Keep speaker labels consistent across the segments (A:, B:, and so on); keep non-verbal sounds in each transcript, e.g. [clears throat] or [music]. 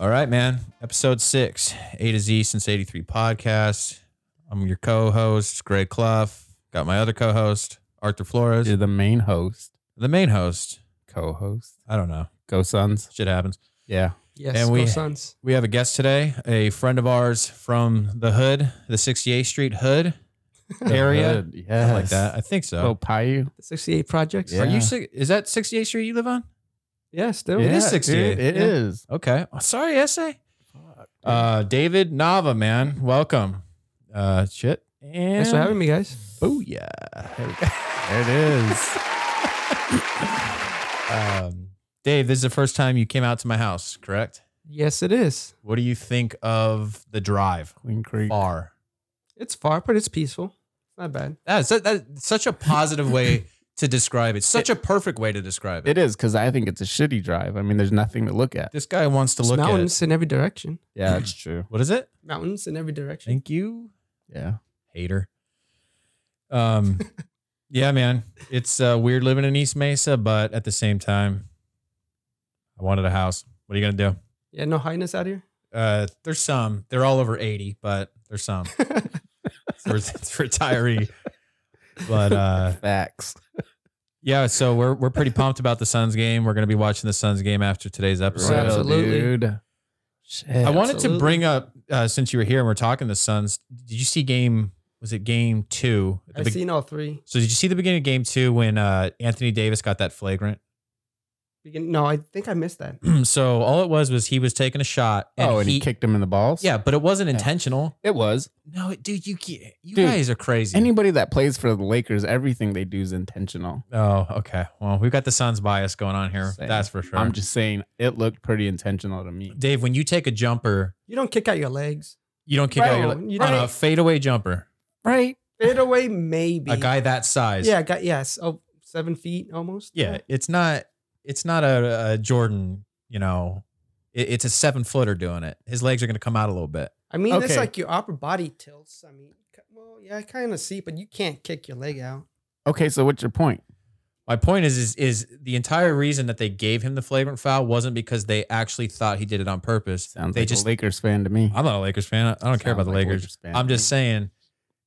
A: All right, man. Episode six, A to Z since 83 podcast. I'm your co host, Greg Clough. Got my other co host, Arthur Flores.
B: You're the main host,
A: The main host,
B: co-host,
A: I don't know.
B: Go Suns.
A: Shit happens.
B: [laughs] Yeah.
C: Yes,
A: And
C: and
A: we-
C: go Suns.
A: We have a guest today, a friend of ours from the hood, the 68th Street
B: [laughs]
A: hood area.
B: Yeah.
A: Something like that. I think so.
B: Oh, Payu.
C: The 68 projects.
A: Are
B: yeah.
A: you si- is that 68th Street you live on?
C: Yeah, still.
A: Yeah.
C: Yeah.
A: is 68.
B: dude, It
C: Yeah.
B: is.
A: Okay. Oh, sorry, essay. Uh, David Nava, man, welcome. Uh, shit. And
C: Thanks for having me, guys.
A: Booyah. There we go.
B: It [laughs] is.
A: Um, Dave, this is the first time you came out to my house, correct?
C: Yes, it is.
A: What do you think of the drive
B: Queen Creek.
A: far?
C: It's far, but it's peaceful. It's not bad.
A: That's, that, that's such a positive way to describe it. Such a perfect way to describe it.
B: It is because I think it's a shitty drive. I mean, there's nothing to look at.
A: This guy wants to
C: It's
A: look at it.
C: mountains in every direction.
B: Yeah, that's true.
A: What is it?
C: Mountains in every direction.
A: Thank you,
B: Yeah.
A: hater. [laughs] Um, yeah, man, it's uh, weird living in East Mesa, but at the same time, I wanted a house. What are you gonna do?
C: Yeah, no highness out here.
A: Uh, there's some. They're all over eighty, but there's some. it's, re- it's retiree, but uh,
B: Facts.
A: yeah. So we're we're pretty pumped about the Suns game. We're gonna be watching the Suns game after today's episode.
B: Real,
C: Absolutely.
B: Dude. Shit.
A: I wanted to
C: Absolutely.
A: bring up uh, since you were here and we're talking the Suns. Did you see game? Was it game two? At the
C: I've
A: beg-
C: seen all three.
A: so did you see the beginning of game two when uh, Anthony Davis got that flagrant? [clears throat]
C: Begin- no, I think I missed that.
A: so all it was was he was taking a shot. And
B: oh, and he, kicked him in the balls?
A: Yeah, but it wasn't
B: Yeah.
A: intentional.
B: It was.
A: No, it- dude, you can't- you
B: Dude,
A: guys are crazy.
B: Anybody that plays for the Lakers, everything they do is intentional.
A: oh, okay. Well, we've got the Suns bias going on here.
B: Same.
A: That's for sure.
B: I'm just saying it looked pretty intentional to me.
A: Dave, when you take a jumper,
C: You don't kick out your legs.
A: you don't kick out your
C: Bro,
A: leg
C: you
A: on a
C: don't-
A: fadeaway jumper.
B: Right.
A: [sighs]
C: Fade away, maybe.
A: A guy that size.
C: Yeah, guy. Yes. Oh, seven feet almost.
A: Yeah, it's not it's not a, a Jordan, you know. It, it's a seven footer doing it. His legs are going to come out a little bit.
C: I mean,
B: Okay.
C: it's like your upper body tilts. I mean, c- well, yeah, I kind of see, but you can't kick your leg out.
B: Okay, so what's your point?
A: My point is, is is the entire reason that they gave him the flagrant foul wasn't because they actually thought he did it on purpose.
B: Sounds
A: they
B: like
A: just
B: a Lakers fan to me.
A: I'm not a Lakers fan. I don't care
B: Sounds
A: about the
B: like a
A: Lakers.
B: fan
A: I'm
B: to
A: just
B: me.
A: saying,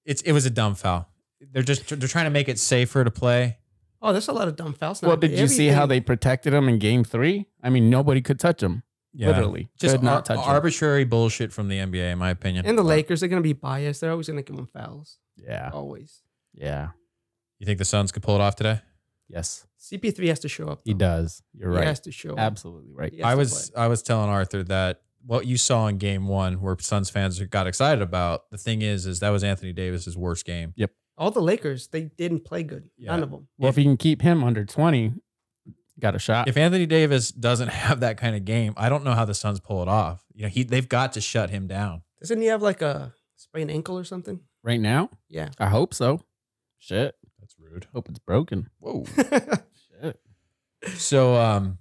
A: it's it was a dumb foul. They're just they're trying to make it safer to play.
C: Oh, there's a lot of dumb fouls. now.
B: Well, did you see how
C: Everything-
B: they protected him in game three? I mean, nobody could touch him. Literally.
A: just
B: could not
A: ar-
B: touch him.
A: arbitrary bullshit from the NBA, in my opinion.
B: [laughs]
C: And the Lakers, they're going to be biased. They're always going to give them fouls.
B: Yeah.
C: Always.
B: Yeah.
A: You think the Suns could pull it off today?
B: Yes.
C: CP3 has to show up.
B: He
A: Oh.
C: though.
B: does. You're
C: He
B: right.
C: has to show up.
B: Absolutely right.
C: He has
A: I
C: to
A: was
C: play.
A: I was telling Arthur that what you saw in game one, where Suns fans got excited about, the thing is, is that was Anthony Davis's worst game.
C: All the Lakers, they didn't play good.
A: Yeah.
C: None of them.
B: Well, if you can keep him under 20, got a shot.
A: If Anthony Davis doesn't [laughs] have that kind of game, I don't know how the Suns pull it off. You know, he they've got to shut him down.
C: Doesn't he have like a sprained ankle or something?
B: right now,
C: Yeah.
B: [laughs] I hope so. Shit.
A: That's rude.
B: Hope it's broken.
A: Whoa.
C: What's
B: Shit.
A: So,
B: [laughs]
A: um,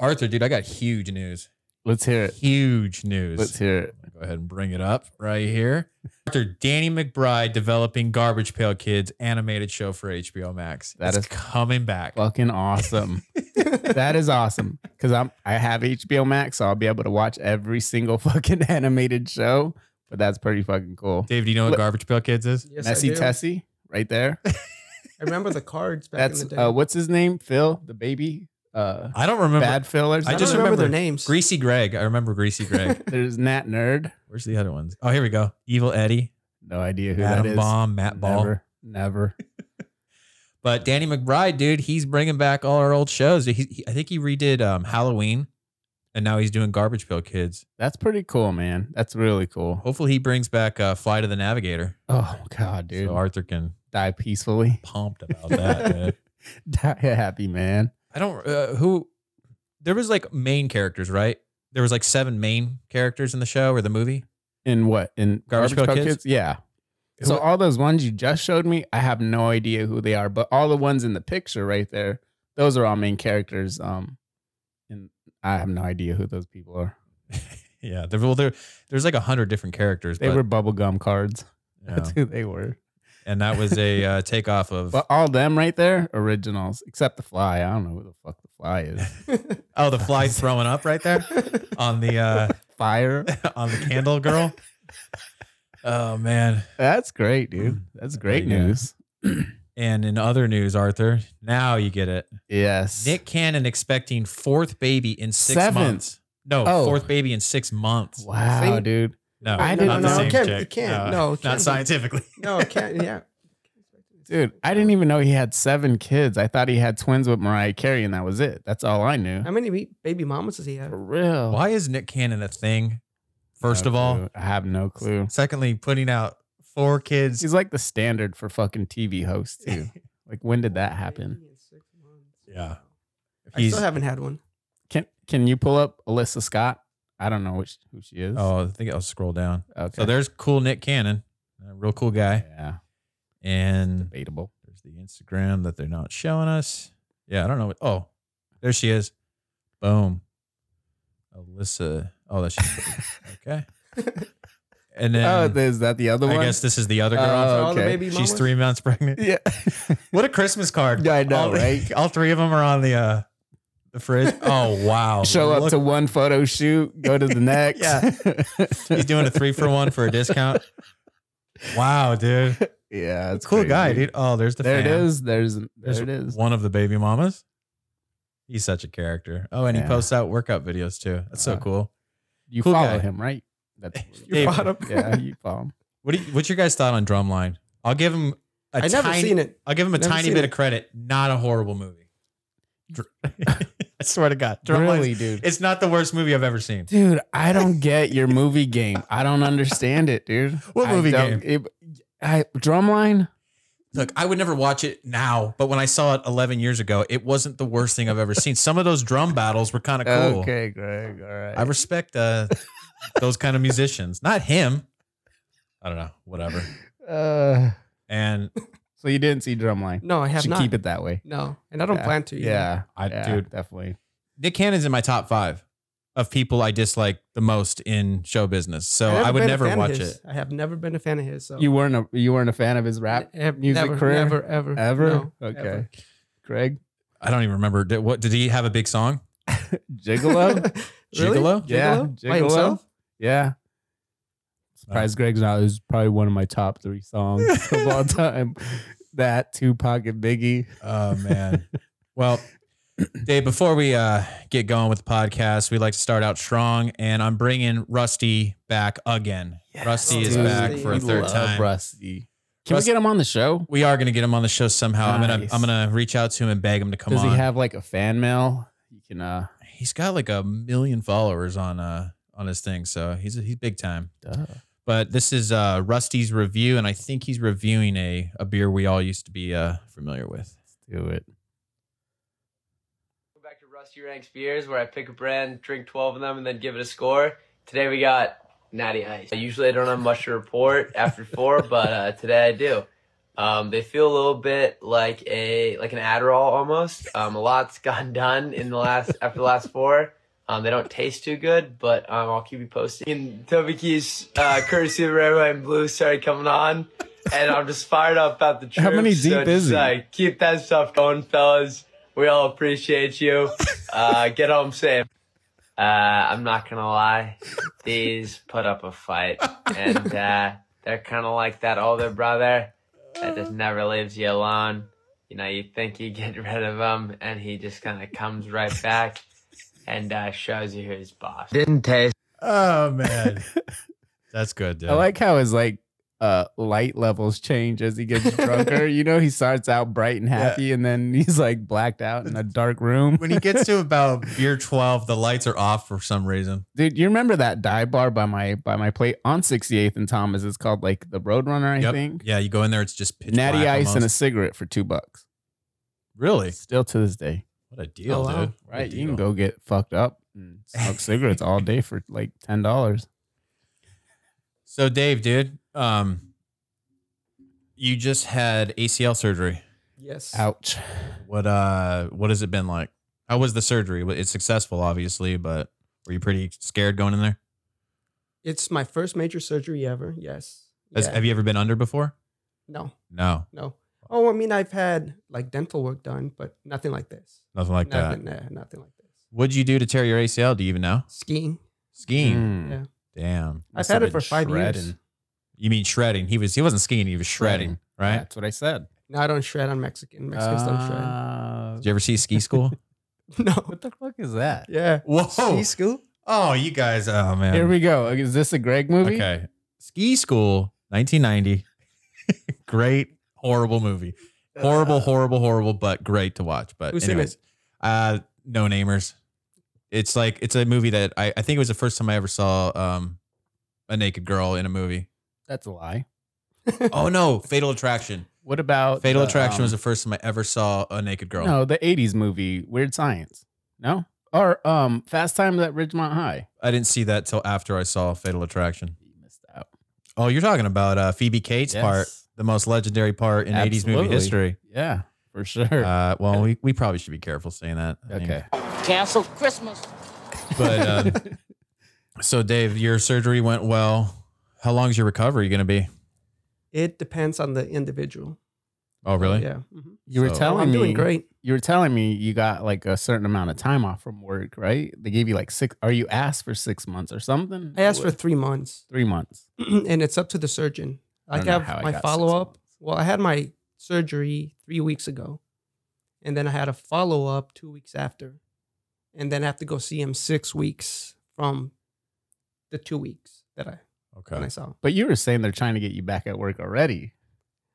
A: Arthur, dude, I got huge news.
B: Let's hear it.
A: Huge news.
B: Let's hear it.
A: Go ahead and bring it up right here. Arthur, Danny McBride developing Garbage Pail Kids animated show for HBO Max.
B: That
A: That is
B: is-
A: coming back. [laughs]
B: Fucking awesome. that is awesome. Cause I'm I have HBO Max, so I'll be able to watch every single [laughs] fucking animated show. But that's pretty fucking cool.
A: Dave, do you know what
B: Look-
A: Garbage Pail Kids is?
C: Yes, I
B: Messy
C: do.
B: Tessie, right there.
C: I remember the cards back
B: That's
C: in the day.
B: uh, what's his name? Phil, the baby, uh,
A: I don't remember.
B: bad Phil.
A: I
B: Or
C: I,
B: something?
C: just
A: just
C: remember,
A: remember
C: their names.
A: Greasy Greg. I remember Greasy
B: [laughs]
A: Greg.
B: There's Nat Nerd.
A: Where's the other ones? Oh, here we go. Evil Eddie,
B: No idea who that
A: Adam
B: is.
A: Bomb, Matt Ball.
B: Never, never.
A: But Danny McBride, dude, he's bringing back all our old shows. He, he- I think he redid um, Halloween, and now he's doing Garbage Pail Kids.
B: That's pretty cool, man. That's really cool.
A: Hopefully, he brings back uh, Fly to the Navigator,
B: Oh God, dude,
A: so Arthur can
B: die peacefully,
A: pumped about
B: [laughs]
A: that. man.
B: die happy, man.
A: I don't uh, who. There was like main characters, right? There was like seven main characters in the show or the movie.
B: In what? In
A: Garbage Pail Kids?
B: Yeah. So all those ones you just showed me, I have no idea who they are, but all the ones in the picture right there, those are all main characters. Um, and I have no idea who those people are.
A: yeah, there, well, there, there's like a hundred different characters.
B: They
A: but,
B: were bubblegum cards.
A: you know.
B: That's who they were.
A: and that was a
B: [laughs]
A: uh, takeoff of
B: But all them right there, originals, except the fly. I don't know who the fuck the fly is.
A: [laughs]
B: [laughs]
A: oh the fly throwing up right there on the
B: [laughs]
A: uh,
B: Fire.
A: on the candle girl. Oh man!
B: That's great, dude. Mm, That's great
A: Yeah.
B: news.
A: And in other news, Arthur, now you get it.
B: Yes.
A: Nick Cannon expecting fourth baby in six
B: Seventh.
A: months. No,
B: Oh.
A: fourth baby in six months.
B: Wow,
C: Same-
B: dude.
A: No,
B: I
A: not
B: didn't
A: the
B: know.
A: same
B: It
C: can't-
A: chick. Uh,
C: it can't. No, it
A: not
C: can't be.
A: scientifically.
C: [laughs] no, it can't. Yeah.
B: Dude, I didn't even know he had seven kids. I thought he had twins with Mariah Carey, and that was it. That's all I knew.
C: How many be- baby mamas does he have?
B: For
A: [laughs]
B: real.
A: Why is Nick Cannon a thing? First
B: No
A: of all,
B: clue. Oh, I have no clue.
A: secondly, putting out four kids.
B: He's like the standard for fucking TV hosts [laughs] too. like, when did that happen?
C: Baby in six months.
A: Yeah.
C: I
A: He's-
C: still haven't had one.
B: Can Can you pull up Alyssa Scott? I don't know which who she is.
A: Oh, I think I'll scroll down.
B: okay.
A: So there's cool Nick Cannon, a real cool guy,
B: yeah,
A: and
B: debatable.
A: There's the Instagram that they're not showing us. Yeah, I don't know. What, oh, there she is. Boom. Alyssa. Oh, that's she's
B: [laughs]
A: pretty. okay. And then
B: oh, is that the other
A: I
B: one?
A: guess this is the other girl.
B: Oh,
C: All the
B: okay.
C: baby
A: she's
C: mamas?
A: three months pregnant.
B: [laughs] yeah.
A: What a Christmas card!
B: Yeah, I know,
A: all,
B: right?
A: All three of them are on the uh, the
B: [laughs]
A: fridge. Oh wow!
B: Show up
A: Look,
B: to one photo shoot, go
A: [laughs]
B: to the next. yeah.
A: He's
B: [laughs]
A: doing a three for one for a discount. Wow, dude!
B: Yeah, that's
A: cool guy,
B: crazy.
A: dude. Oh, there's the
B: There it
A: fan.
B: is. There's there
A: There's
B: it is.
A: One of the baby mamas. He's such a character. Oh, and he
B: Yeah. Uh.
A: posts out workout videos too. That's so
B: Wow.
A: cool.
B: You
A: cool
B: follow
A: guy.
B: him, right? That's
A: [laughs] You Dave.
C: follow him?
B: Yeah, you
A: [laughs]
B: follow him.
A: What do you, what's your guys' thought on Drumline? I'll give him a
C: I
A: tiny.
C: never seen it.
A: I'll give him a
C: never
A: tiny
C: seen
A: bit
C: it.
A: of credit. Not a horrible movie.
B: [laughs]
A: Dr- I swear to God, Drumline.
B: Really, dude.
A: It's not the worst movie I've ever seen.
B: Dude, I don't get your movie game. I don't understand it, dude.
A: [laughs] What
B: I
A: movie
B: don't- It, I, drumline.
A: Look, I would never watch it now, but when I saw it 11 years ago, it wasn't the worst thing I've ever seen. Some of those drum battles were kind of Uh, cool.
B: Okay, Greg. All right.
A: I respect uh, those kind of musicians. Not him. I don't know. Whatever.
B: uh,
A: And
B: so you didn't see drumline.
C: No, I have
B: Should
C: not.
B: keep it that way.
C: No, and I don't
B: Yeah.
C: plan to. either.
B: Yeah,
A: I,
B: yeah,
A: dude,
B: definitely.
A: Nick Cannon's in my top five of people I dislike the most in show business. So
C: I've
A: I would
C: been a
A: never
C: fan of
A: watch
C: his.
A: it.
C: I have never been a fan of his. So
B: You weren't a you weren't a fan of his rap
C: Ne- ev-
B: music
C: never,
B: career?
C: Never,
B: [laughs]
C: ever,
B: ever.
C: No,
B: okay,
C: ever.
B: Greg
A: I don't even remember. Did, what did he have a big song?
B: Gigolo.
C: [laughs] Really?
A: Gigolo?
B: Yeah,
C: Gigolo? By
B: Gigolo.
C: himself?
B: [laughs] yeah. Surprised Greg's not. It was probably one of my top three songs of [laughs] all time. That Tupac and Biggie.
A: Oh man. well, Dave, before we uh, get going with the podcast, we like to start out strong, and I'm bringing Rusty back again. Rusty is
C: Dude,
A: back for a
C: we
A: third
B: love
A: time.
B: Rusty. Can
A: Rust-
B: we get him on the show?
A: We are going to get him on the show somehow. I'm gonna
B: Nice.
A: I'm gonna reach out to him and beg him to come
B: Does
A: on.
B: he have like a fan mail? You can uh
A: he's got like a million followers on uh on his thing, so he's he's big time.
B: duh.
A: But this is uh Rusty's review, and I think he's reviewing a a beer we all used to be uh familiar with.
B: do it.
D: Go back to Rusty Ranks beers, where I pick a brand, drink 12 of them, and then give it a score. Today we got Natty Ice. Usually I don't have much to report after four, [laughs] but uh, today I do. Um, they feel a little bit like a like an Adderall almost. Um, a lot's [laughs] gotten done in the last after the last four. Um, they don't taste too good, but um, I'll keep you posted. And Toby Keith's uh, courtesy of Red, White, and Blue started coming on, and I'm just fired up about the trip.
B: How many
D: so
B: deep is
D: just,
B: he?
D: uh, keep that stuff going, fellas. We all
B: [laughs]
D: appreciate you. Uh, get home safe. Uh, I'm not gonna lie, these put up a fight, and uh, they're kind of like that older brother that just never leaves you alone. You know, you think you get [laughs] rid of him, and he just kind of comes right back and uh, shows you who's boss. Didn't taste.
A: Oh man, [laughs] that's good. Dude.
B: I like how his like uh light levels change as he [laughs] gets drunker. you know, he starts out bright and happy and then he's like blacked out in a dark room.
A: when he gets to about beer twelve, the lights are off for some reason.
B: Dude, you remember that dive bar by my by my plate on 68th and Thomas? It's called like the Roadrunner, I
A: Yep.
B: think.
A: Yeah, you go in there, it's just pitch
B: Natty
A: black
B: ice and a
A: almost.
B: cigarette for two bucks.
A: really
B: Still to this day.
A: what a deal,
C: Oh, wow.
A: dude. What a
B: Right. You
A: deal.
B: can go get fucked up and
A: [laughs]
B: smoke cigarettes all day for like ten dollars.
A: So Dave, dude, um, you just had ACL surgery.
C: Yes.
B: Ouch.
A: What uh what has it been like? How was the surgery? Well, It's successful, obviously, but were you pretty scared going in there?
C: It's my first major surgery ever. Yes.
A: Has-
C: Yeah.
A: Have you ever been under before?
C: No,
A: No,
C: no. Oh, I mean, I've had like dental work done, but nothing like this.
A: nothing
B: uh,
A: like that.
C: nothing, nah, nothing like this.
A: What'd you do to tear your ACL? Do you even know?
C: Skiing.
A: Skiing.
B: Mm.
C: Yeah.
A: Damn.
C: I've
B: Must
C: had
B: have
C: it for
B: been
C: five years.
B: shredding.
A: You mean shredding? He was. He wasn't skiing. He was shredding. Right.
B: That's what I said.
C: No, I don't shred on Mexican. Mexicans
B: Uh,
A: Did you ever see Ski School?
C: don't shred. [laughs] No.
B: what the fuck is that?
C: Yeah.
A: [laughs] Whoa.
C: Ski school?
A: Oh, you guys. Oh man.
B: Here we go. Is this a Greg movie?
A: Okay. Ski School, 1990. [laughs] great, horrible movie. Horrible, horrible, horrible, but great to watch. But
C: Who's in
A: anyways, uh, No Namers. It's like it's a movie that I, I think it was the first time I ever saw um a naked girl in a
B: [laughs]
A: movie.
B: That's a lie.
A: oh no, Fatal Attraction.
B: What about
A: Fatal
B: the,
A: Attraction
B: um,
A: was the first time I ever saw a naked girl.
B: No, the '80s movie Weird Science. No, or um, Fast Times at Ridgemont High.
A: I didn't see that till after I saw Fatal Attraction.
B: You missed out.
A: Oh, you're talking about uh, Phoebe Cates' part,
B: Yes.
A: the most legendary part in 80s movie
B: Absolutely.
A: history.
B: Yeah, for sure.
A: Uh, well, we, we probably should be careful saying that. I mean,
B: okay.
E: Cancel Christmas.
A: But
B: [laughs]
A: um, so, Dave, your surgery went well. How long is your recovery going to be?
C: It depends on the individual.
A: Oh, really?
C: Yeah. Mhm.
B: you were
A: so-
C: Oh,
B: telling
C: I'm
B: me
C: doing great.
B: you were telling me you got like a certain amount of time off from work, right? They gave you like six. Are you asked for six months or something?
C: I asked for three months, [clears throat]
B: three months.
C: and it's up to the surgeon.
B: I
C: I,
B: don't know how I
C: have my
B: got six
C: follow up.
B: months.
C: Well, I had my surgery three weeks ago, and then I had a follow up two weeks after, and then I have to go see him six weeks from the two weeks that I when I
A: Okay.
C: saw. Him.
B: But you were saying they're trying to get you back at work already.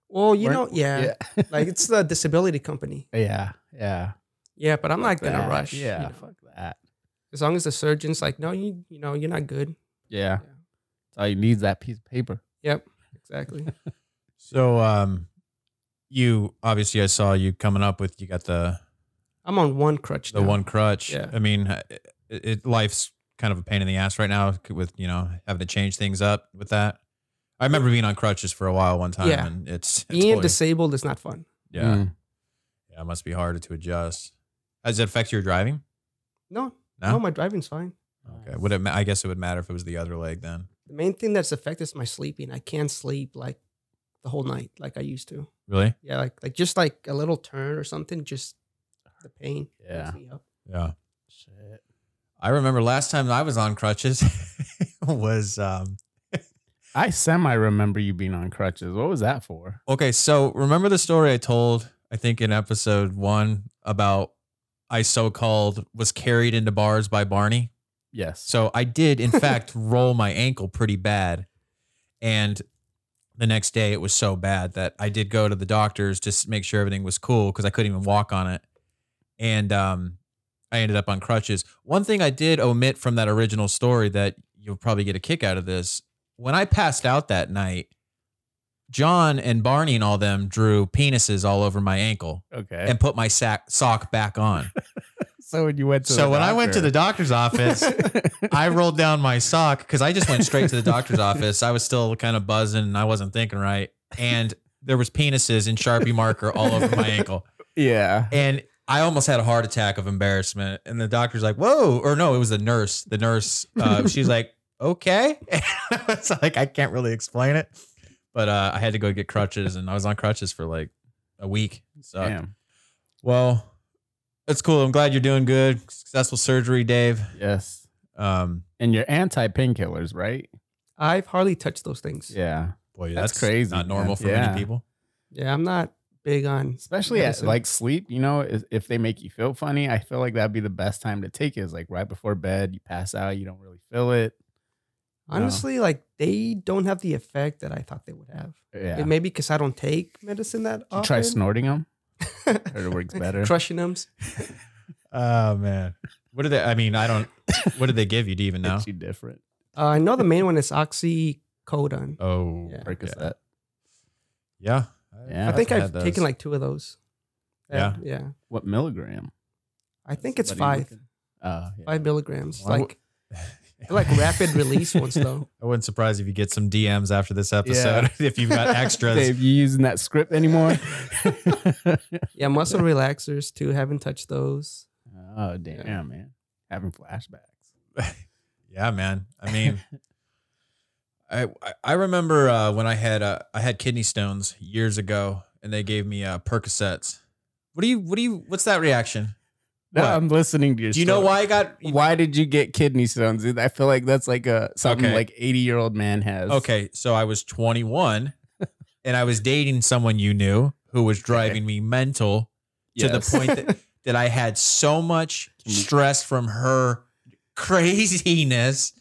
C: Well, you
B: weren't-
C: know, yeah,
B: yeah,
C: like it's the disability company.
B: [laughs] yeah, yeah.
C: Yeah, but I'm not gonna
B: That,
C: rush. you
B: Yeah,
C: know.
B: fuck that.
C: as long as the surgeon's like, no, you you know, you're not good.
B: Yeah. That's all you need is that piece of paper.
C: Yep,
B: [laughs]
C: exactly.
A: So, um, you obviously, I saw you coming up with you got the
C: I'm on one crutch.
A: the
C: now.
A: one crutch.
C: Yeah.
A: I mean, it, it, life's kind of a pain in the ass right now with you know having to change things up with that. I remember being on crutches for a while one time,
C: Yeah.
A: and it's, it's
C: Being
A: totally-
C: disabled is not fun.
A: yeah,
B: Mm.
A: yeah, it must be harder to adjust. Does it affect your driving?
C: No,
A: No?
C: no, my driving's fine.
A: Okay. Would it? ma- I guess it would matter if it was the other leg then.
C: The main thing that's affected is my sleeping. I can't sleep like the
B: Mm.
C: whole night like I used to.
A: Really?
C: Yeah, like like just like a little turn or something, just the pain. wakes
B: Yeah.
C: me up.
A: Yeah. I remember last time I was on crutches [laughs] was um
B: I semi remember you being on crutches. What was that for?
A: okay, so remember the story I told I think in episode 1 about I so-called was carried into bars by Barney?
B: Yes.
A: So I did, in fact, roll my ankle pretty bad. And the next day it was so bad that I did go to the doctors just to make sure everything was cool because I couldn't even walk on it. And um, I ended up on crutches. One thing I did omit from that original story that you'll probably get a kick out of this when I passed out that night, John and Barney and all them drew penises all over my ankle
B: okay.
A: and put my sack, sock back on.
B: [laughs] so when you went to
A: so when I went to the doctor's
B: [laughs]
A: office, I rolled down my sock because I just went straight to the doctor's office. I was still kind of buzzing and I wasn't thinking right. And there was penises in Sharpie marker all over my ankle.
B: yeah.
A: And I almost had a heart attack of embarrassment. And the doctor's like, whoa. Or no, it was the nurse. The nurse, uh, she's like, okay. [laughs] And I was like, I can't really explain it. But uh, I had to go get crutches and I was on crutches for like a week. So,
B: Damn.
A: well, that's cool. I'm glad you're doing good. Successful surgery, Dave.
B: Yes.
A: Um,
B: And you're anti painkillers, right?
C: I've hardly touched those things. Yeah,
B: Yeah.
A: Boy,
B: That's crazy,
A: Not normal
B: man.
A: for
B: Yeah.
A: many people.
C: I'm not big on
B: Especially at
C: medicine.
B: like sleep, you know, if, if they make you feel funny, I feel like that'd be the best time to take it. Is like right before bed, you pass out, you don't really feel it. No.
C: honestly, like they don't have the effect that I thought they would have.
B: Yeah.
C: It may be because I don't take medicine that
B: you
C: often.
B: try snorting them,
C: [laughs]
B: or it works better.
C: Crushing them.
A: [laughs] Oh man, what did they? I mean, I don't. What did they give you? Do you [laughs] even know?
B: It's you different.
C: Uh, I know the main one is oxycodone.
A: Oh,
C: Yeah.
B: Percocet.
A: Yeah,
B: Yeah.
C: I think
A: had
C: I've
A: those.
C: taken like two of those.
A: Yeah.
C: Yeah.
B: What milligram?
C: I think it's
B: Somebody
C: five.
B: looking- Uh, yeah.
C: Five milligrams.
A: Well, I
C: like they're like rapid release ones though.
A: [laughs] I wouldn't surprise if you get some DMs after this episode [laughs] if you've
C: [laughs]
A: got extras.
B: Dave, you using that script anymore? [laughs]
C: Yeah, muscle relaxers too. Haven't touched those.
B: oh damn,
A: [laughs]
B: man! Having flashbacks.
A: yeah, man. I mean, I I- I remember uh, when I had uh, I had kidney stones years ago, and they gave me uh, Percocets. What do you What do you What's that reaction?
B: No,
A: What?
B: I'm listening to your.
A: Do you know
B: story.
A: why I got?
B: Why did you get kidney stones? dude? I feel like that's like a something
A: Okay.
B: like 80 year old man has.
A: Okay, so I was 21, and I was dating someone you knew who was driving me mental to
B: Yes.
A: the point that that I had so much stress from her craziness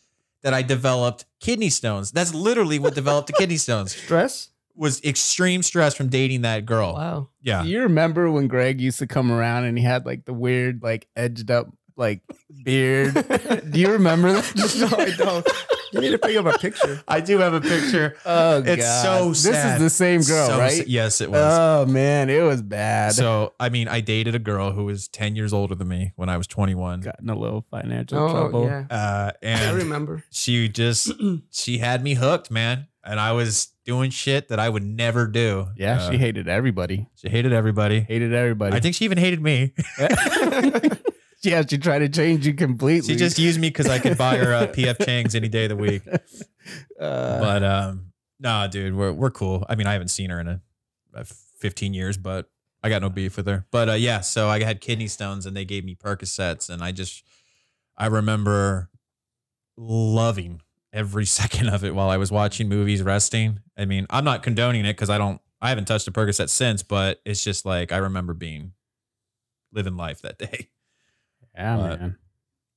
A: that I developed kidney stones. That's literally what developed the kidney stones
C: Stress?
A: was extreme stress from dating that girl. [laughs]
C: Wow.
A: Yeah.
B: Do you remember when Greg used to come around and he had like the weird, like edged up,
E: [laughs]
B: like beard? Do you remember that?
E: no, I don't. You need to pick up a picture.
A: I do have a picture.
B: [laughs] Oh,
A: It's
B: God.
A: so sad.
B: This is the same girl,
A: So-
B: right?
A: Yes, it was.
B: Oh man, it was bad. [laughs]
A: so, I mean, I dated a girl who was 10 years older than me when I was 21.
B: got in a little financial
C: [laughs] Oh,
B: trouble.
C: yeah.
A: Uh,
C: I
A: and
C: remember. [clears throat]
A: she just, she had me hooked, man. And I was doing shit that I would never do.
B: Yeah,
A: Uh,
B: she hated everybody.
A: she hated everybody.
B: Hated everybody.
A: I think she even hated me.
B: [laughs] yeah, she tried to change you completely.
A: she
B: [laughs]
A: just used me because I could buy her uh, PF Chang's any day of the week.
B: Uh,
A: But um, nah, dude, we're we're cool. I mean, I haven't seen her in a, a fifteen years, but I got no beef with her. But uh, yeah, so I had kidney stones, and they gave me Percocets, and I just I remember loving every [laughs] second of it while I was watching movies, resting. I mean, I'm not condoning it because I don't, I haven't touched a Percocet since, but it's just like I remember being living life that day. [laughs]
B: yeah,
A: but-
B: man.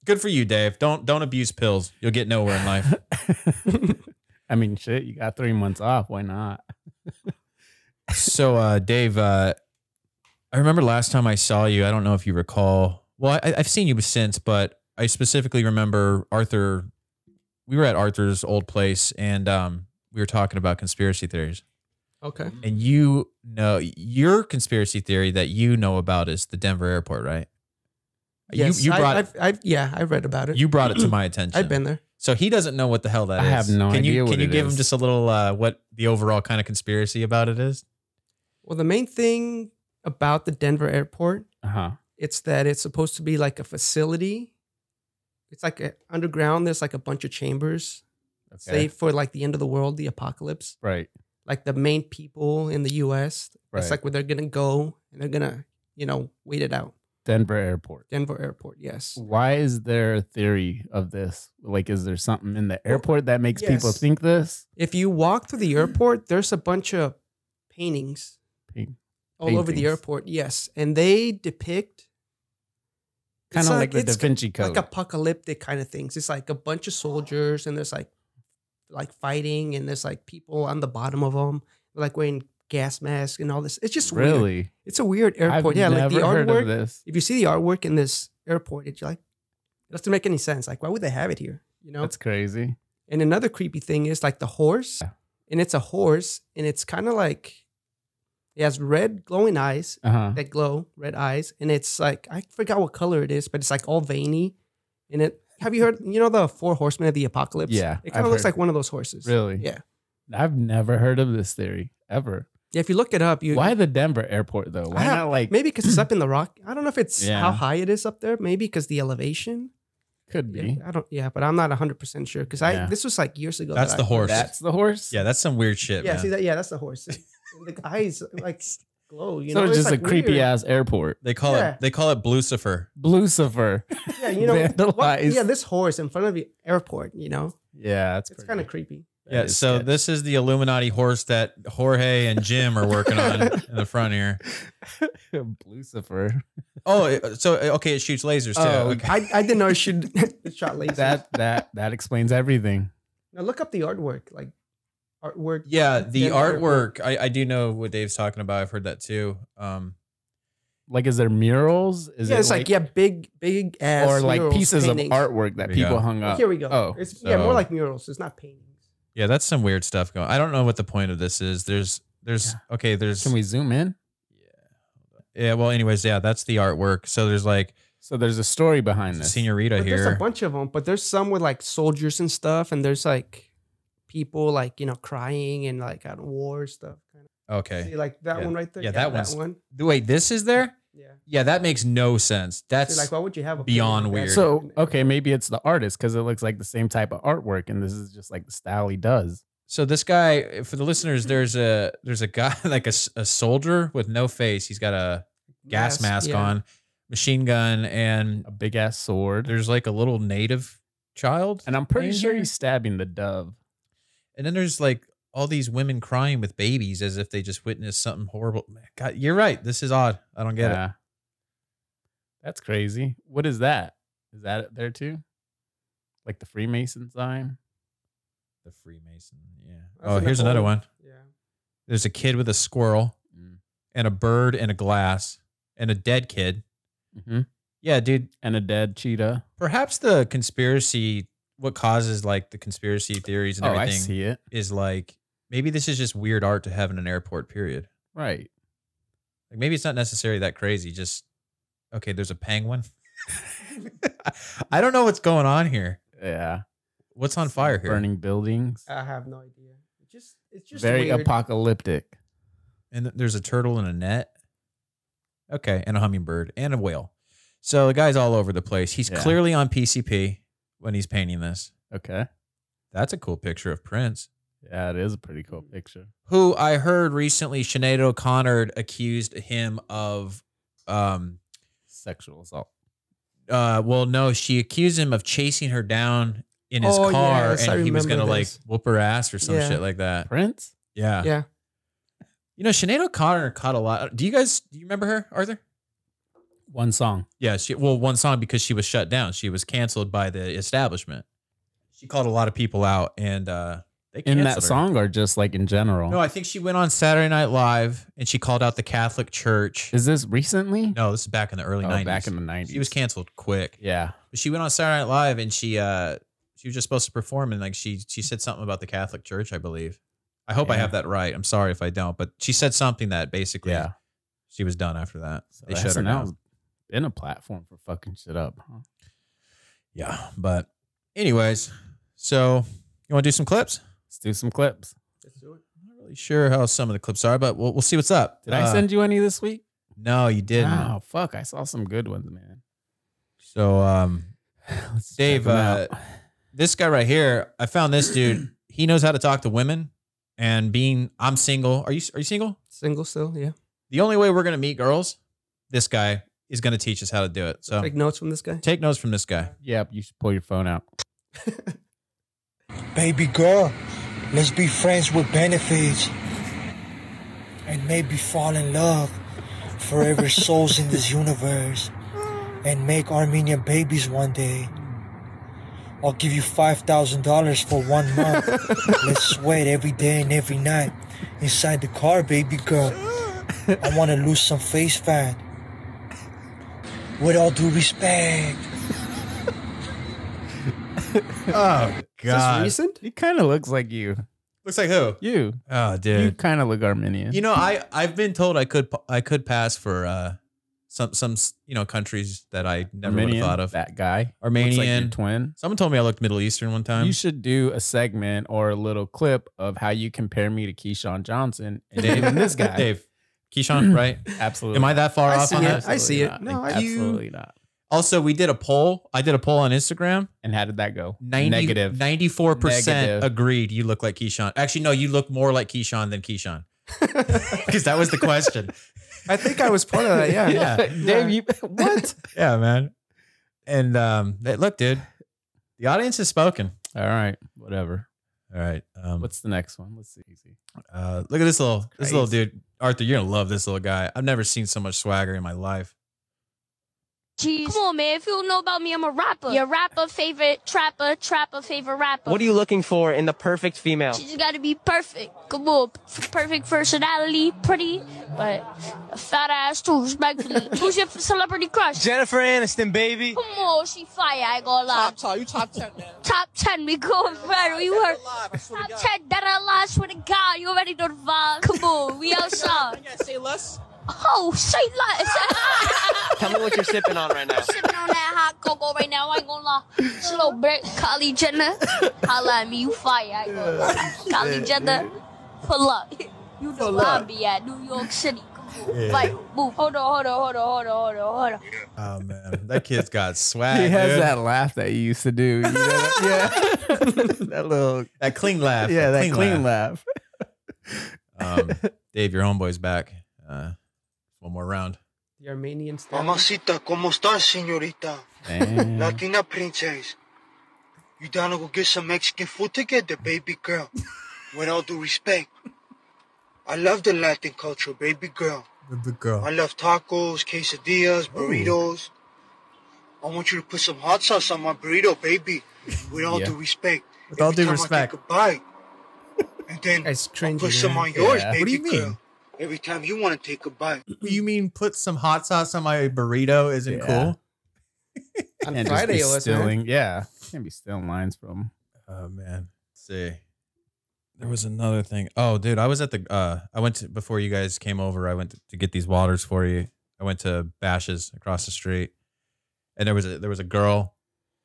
A: Good for you, Dave. Don't don't abuse pills. You'll get nowhere in life.
B: [laughs] I mean, shit, you got three months off. Why not?
A: so uh dave uh i remember last time i saw you i don't know if you recall well I, i've seen you since but i specifically remember arthur we were at arthur's old place and um we were talking about conspiracy theories
C: Okay.
A: and you know your conspiracy theory that you know about is the denver airport right
C: Yes,
A: you, you brought
C: I, I've, I've, yeah, I've read about it.
A: you brought it
B: [clears throat]
A: to my attention
C: I've been there.
A: so he doesn't know what the hell that is.
B: Uh, I have no
A: can you
B: idea what
A: can you
B: it
A: give him
B: is.
A: just a little uh what the overall kind of conspiracy about it is
C: Well, the main thing about the Denver airport,
B: Uh
A: Uh-huh,
B: huh.
C: it's that it's supposed to be like a facility. It's like a, underground. There's like a bunch of chambers, save for like the end of the world, the apocalypse.
B: Right.
C: Like the main people in the U.S.
B: Right.
C: That's like where they're gonna go, and they're gonna, you know, wait it out.
B: Denver Airport.
C: Denver airport, yes.
B: Why is there a theory of this? Like, is there something in the airport that makes people
C: yes.
B: think this?
C: If you walk through the
B: Hmm.
C: airport, there's a bunch of paintings
B: Paint-
C: all over the
B: paintings.
C: airport. Yes, and they depict it's
B: Kind of like, the Da
C: it's
B: Vinci Code.
C: like apocalyptic kind of things. It's like a bunch of soldiers, and there's like like fighting, and there's like people on the bottom of them, like wearing gas masks and all this. It's just weird.
B: really?
C: It's a weird airport.
B: I've
C: yeah, like
B: never
C: the
B: heard of
C: artwork.
B: this.
C: If you see the artwork in this airport, it's like it doesn't make any sense. Like, why would they have it here? You know,
B: That's crazy.
C: and another creepy thing is like the horse,
B: Yeah.
C: and it's a horse, and it's kind of like it has red glowing eyes
B: Uh huh.
C: that glow, red eyes, and it's like I forgot what color it is, but it's like all veiny. And it have you heard? You know the Four Horsemen of the Apocalypse?
B: Yeah,
C: it kind
B: I've
C: of looks
B: heard.
C: like one of those horses.
B: Really?
C: Yeah.
B: I've never heard of this theory ever.
C: Yeah. If you look it up, you
B: Why the Denver airport though? Why
C: have-
B: not like
C: maybe because it's up in the rock. I don't know if it's
B: Yeah.
C: how high it is up there. Maybe because the elevation.
B: could
C: Yeah,
B: be?
C: I don't. Yeah, but I'm not 100 percent sure because I
B: Yeah.
C: this was like years ago.
A: That's
C: that
A: the
C: I-
A: horse.
B: That's the horse.
A: yeah that's some weird shit
C: Yeah.
A: man.
C: See that? Yeah, that's the horse. And the eyes
B: [laughs]
C: like glow. You
B: so
C: know,
B: it's just
C: like
B: a creepy
C: weird.
B: ass airport.
A: They call
C: Yeah.
A: it they call it Blucifer.
B: Lucifer. [laughs]
C: Yeah, you know. What,
B: vandalized.
C: yeah, this horse in front of the airport. You know,
B: Yeah, that's
C: it's kind of creepy.
A: Yeah, so this is the Illuminati horse that Jorge and Jim are working on in the front here.
B: [laughs] Lucifer.
A: Oh, it- so okay, it shoots lasers too.
B: Oh,
A: okay.
C: Um, I, I didn't know it
B: [laughs]
C: should [laughs] it shot lasers.
B: That
C: [laughs]
B: that that explains everything.
C: now look up the artwork, like artwork.
A: Yeah, the
C: Yeah,
A: artwork. I, I do know what Dave's talking about. I've heard that too. Um,
B: Like, is there murals? Is
C: yeah,
B: it
C: it's like, yeah, big big ass
B: or like
C: murals,
B: pieces
C: paintings.
B: of artwork that
A: There you
B: people
A: go.
B: hung
C: Well,
B: up.
C: Here we go.
B: Oh,
C: it's, yeah, more
A: so-
C: like murals. It's not paintings.
A: yeah, that's some weird stuff going. I don't know what the point of this is. There's there's okay. There's
B: can we zoom in?
A: yeah. Well, anyways, yeah, that's the artwork. So there's like
B: So there's a story behind this.
A: Senorita
C: But there's a
A: here.
C: bunch of them. But there's some with like soldiers and stuff, and there's like people like you know crying and like at war stuff. Kind of.
A: okay.
C: See, like that
A: Yeah.
C: one right there.
A: Yeah, that one's-
C: that one.
A: Wait, this is there.
C: Yeah.
A: Yeah, that makes no sense. That's
C: like, why would you have a
A: beyond
C: picture
A: weird.
C: that?
B: So okay, maybe it's the artist because it looks like the same type of artwork, and this is just like the style he does.
A: so this guy for the listeners there's a there's a guy [laughs] like a, s- a soldier with no face. He's got a gas mask
C: yeah.
A: on, machine gun and
B: A big ass sword,
A: there's like a little native child.
B: and I'm pretty
A: thing
B: sure
A: here?
B: he's stabbing the dove.
A: And then there's like all these women crying with babies as if they just witnessed something horrible. God, you're right. This is odd. I don't get it.
B: that's crazy. What is that? Is that it there too? Like the Freemason sign?
A: The Freemason. Yeah.
C: That's
A: oh,
C: an
A: here's another
C: old-
A: one.
C: Yeah.
A: There's a kid with a squirrel and a bird and a glass and a dead kid.
B: Mm-hmm.
A: Yeah, dude.
B: And a dead cheetah.
A: Perhaps the conspiracy, what causes like the conspiracy theories and
B: oh, I
A: everything
B: see it.
A: is like maybe this is just weird art to have in an airport, period.
B: Right.
A: Like maybe it's not necessarily that crazy. Just okay, there's a penguin. [laughs] I don't know what's going on here.
B: Yeah.
A: What's on fire here?
B: Burning buildings.
C: I have no idea. It just it's Uh, just
B: Very
C: weird.
B: apocalyptic.
A: And th- there's a turtle in a net. Okay, and a hummingbird and a whale. So the guy's all over the place. He's
B: Yeah.
A: clearly on PCP when he's painting this.
B: Okay.
A: That's a cool picture of Prince,
B: Yeah, it is a pretty cool
A: Mm.
B: picture.
A: who I heard recently Sinead O'Connor accused him of um
B: Sexual assault.
A: uh well no she accused him of chasing her down in his
C: Oh,
A: car
C: yes, I
A: and he was gonna
C: remember
A: like
C: this.
A: whoop her ass or some
C: Yeah.
A: shit like that
B: Prince?
A: yeah
C: Yeah.
A: you know Sinead O'Connor caught a lot do you guys do you remember her Arthur
B: One song.
A: yeah she well one song because she was shut down she was canceled by the establishment she called a lot of people out and uh they
B: In that
A: canceled her.
B: song or just like in general?
A: no I think she went on Saturday Night Live and she called out the Catholic Church
B: is this recently?
A: no this is back in the early
B: Oh,
A: 90s
B: back in the 90s.
A: she was canceled quick
B: Yeah.
A: But she went on Saturday Night Live and she uh she was just supposed to perform and like she she said something about the Catholic Church, I believe. I hope I
B: Yeah.
A: have that right. I'm sorry if I don't, but she said something that basically
B: Yeah.
A: she was done after that.
B: So
A: they shut her
B: SNL's
A: down.
B: been a platform for fucking shit up. Huh?
A: Yeah, but anyways, so you want to do some clips?
B: Let's do some clips.
C: Let's do it.
A: I'm not really sure how some of the clips are, but we'll, we'll see what's up.
B: Did I
A: Uh,
B: send you any this week?
A: No, you didn't.
B: Oh fuck! I saw some good ones,
A: [sighs]
B: man.
A: So um
B: Let's check
A: Dave,
B: them
A: uh,
B: out.
A: this guy right here, I found this
C: [clears throat]
A: dude. He knows how to talk to women. And being I'm single. Are you are you single?
C: Single still, yeah.
A: the only way we're going to meet girls, this guy is going to teach us how to do it. So
C: Take notes from this guy.
A: Oh. take notes from this guy.
B: yep, you should pull your phone out.
F: Baby girl, let's be friends with benefits and maybe fall in love forever souls in this universe and make Armenian babies one day. I'll give you $5,000 for one month. let's sweat every day and every night inside the car, baby girl. I want to lose some face fat. With all due respect.
A: Oh
C: Is this recent? [laughs]
B: He kind of looks like you.
A: looks like who?
B: You,
A: Oh,
B: you
A: dude.
B: kind of look Armenian.
A: You, know, I I've been told I could I could pass for uh some some you know countries that I never would have
B: Armenian,
A: thought of.
B: that guy. Looks like your
A: Armenian.
B: twin.
A: Someone told me I looked Middle Eastern one time.
B: you should do a segment or a little clip of how you compare me to Keyshawn Johnson
A: [laughs]
B: and
A: Dave.
B: even this guy.
A: Dave,
B: [clears throat]
A: Keyshawn,
C: [clears throat]
A: right?
B: Absolutely.
A: Am I that far
C: I
A: off
C: see
A: on
C: it.
A: that?
C: I see it.
B: No,
C: No, I-
B: absolutely not.
A: Also, we did a poll. I did a poll on Instagram.
B: And how did that go?
A: 90,
B: Negative.
A: 94%
B: Negative.
A: agreed you look like Keyshawn. Actually, no, you look more like Keyshawn than Keyshawn. [laughs] Because that was the question.
E: I think
B: [laughs]
E: I was part of that. Yeah.
A: yeah.
B: Dave, you [laughs] what?
A: Yeah, man. And um, hey, look, dude, the audience has spoken.
B: All right, whatever.
A: All right. Um,
B: What's the next one? Let's see.
A: uh, look at this little this little
B: Crazy.
A: dude. Arthur, you're gonna love this little guy. I've never seen so much swagger in my life.
G: Jeez. Come on, man. If you don't know about me, I'm a rapper. Your rapper, favorite trapper, trapper, favorite rapper.
H: What are you looking for in the perfect female?
G: She just gotta be perfect. Come on. F- perfect personality, pretty, but a fat ass
H: [laughs]
G: too, respectfully. Who's your celebrity crush?
H: Jennifer Aniston, baby.
G: Come on, she fire, I ain't gonna lie.
F: top, you top 10 now.
G: Top 10, we going viral. You heard. Top 10, that I lie, swear to God. You already know the vibe. Come
F: [laughs]
G: on, we outside.
F: say less.
G: Oh, say
F: [laughs]
G: less.
H: Tell me what you're sipping on right now.
G: sipping on that hot cocoa right now. I ain't gonna lie. It's a little brick. Kylie Jenner. Holla at me. You fire. I ain't gonna lie. Kylie Jenner. Pull up. You know where I be at. New York City. Come Like, move. Hold on, hold on, hold on, hold on, hold on, hold on.
A: Oh man, that kid's
B: [laughs]
A: got swag.
B: He has
A: dude.
B: that laugh that you used to do. You know that? Yeah. that little,
A: [laughs] that clean laugh.
B: yeah, that clean laugh.
A: Um, Dave, your homeboy's back. Uh, one more round.
C: The Armenian stuff.
F: Mamacita, ¿cómo estás, señorita?
A: [laughs]
F: Latina princess. You down to go get some Mexican food together, baby girl? With all due respect. I love the Latin culture, baby girl.
A: Good girl.
F: I love tacos, quesadillas, burritos. I want you to put some hot sauce on my burrito, baby. With all
B: Yeah.
F: due respect.
A: With all due
F: Every time
A: respect.
F: I take a bite, and then
C: That's
F: I'll
C: cringy.
F: put some
C: man.
F: on yours,
B: Yeah.
F: baby
A: What do you mean?
F: girl. Every time you want to take a bite.
A: You mean put some hot sauce on my burrito isn't
B: Yeah.
A: cool?
C: On
B: Can't just
C: Friday,
B: be
C: it was, man.
B: stealing. Yeah. Can't be stealing lines from.
A: Oh man. Let's see. There was another thing. Oh, dude, I was at the uh I went to before you guys came over, I went to, get these waters for you. I went to Bash's across the street. And there was a there was a girl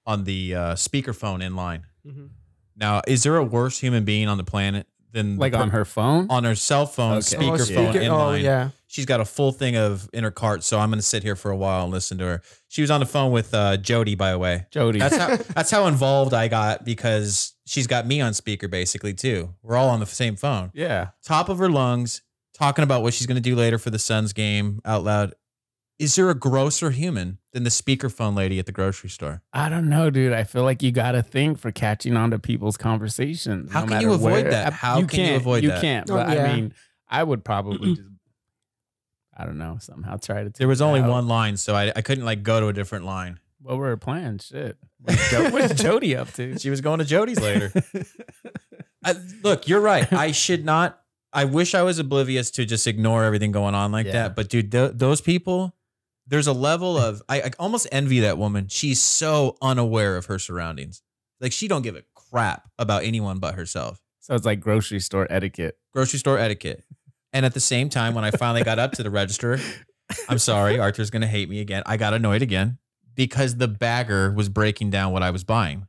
A: on the uh speakerphone in line.
C: Mhm.
A: Now, is there a worse human being on the planet than the
B: Like on
A: per-
B: her phone?
A: on her cell phone
B: Okay.
C: Oh,
A: speakerphone
C: speaker-
A: in
C: oh,
A: line?
C: yeah.
A: she's got a full thing of in her cart, so I'm gonna sit here for a while and listen to her. She was on the phone with uh, Jody, by the way.
B: Jody.
A: That's how that's how involved I got because she's got me on speaker basically too. We're all on the same phone,
B: [laughs] yeah.
A: top of her lungs, talking about what she's gonna do later for the Suns game out loud. Is there a grosser human than the speakerphone lady at the grocery store?
B: I don't know, dude. I feel like you got a thing for catching on to people's conversations.
A: How
B: no
A: can you
B: matter
A: avoid
B: where.
A: that?
B: I-
A: How can you
B: can't-
A: avoid
B: you
A: that?
B: can't.
C: Oh,
B: But
C: yeah.
B: I mean, I
A: [clears throat]
B: would probably just, I don't know, somehow try to.
A: There was
B: tune it
A: only
B: out.
A: one line, so I, I couldn't like go to a different line.
B: What were her plans? Shit. What's Jo- What's Jody up [laughs] to?
A: She was going to Jody's later. I, look, you're right. I should not. I wish I was oblivious to just ignore everything going on like
B: Yeah.
A: that. But dude, th- those people, there's a level of I, I almost envy that woman. She's so unaware of her surroundings. Like she don't give a crap about anyone but herself.
B: [laughs] So it's like grocery store etiquette.
A: Grocery store etiquette. And at the same time, when I finally got up to the register, I'm sorry, Arthur's gonna hate me again. I got annoyed again because the bagger was breaking down what I was buying.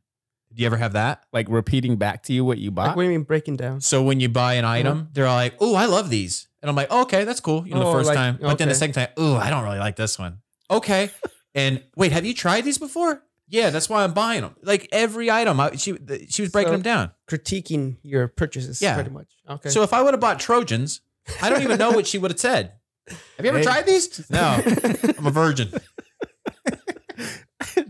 A: Do you ever have that?
B: Like repeating back to you what you bought.
C: Like, what do you mean breaking down?
A: So when you buy an item, they're all like, "Oh, I love these," and I'm like, "Okay, that's cool." You know,
C: Oh,
A: the first
C: like-
A: time, but then the
C: okay.
A: second time, "Oh, I don't really like this one." Okay, and wait, have you tried these before? Yeah, that's why I'm buying them. Like every item, I, she th- she was breaking
C: So-
A: them down.
C: Critiquing your purchases,
A: Yeah.
C: pretty much. Okay. [laughs]
A: So if I would have bought Trojans, I don't even know what she would have said. Have you ever
B: Hey.
A: tried these?
E: [laughs]
A: No, I'm a virgin.
B: [laughs]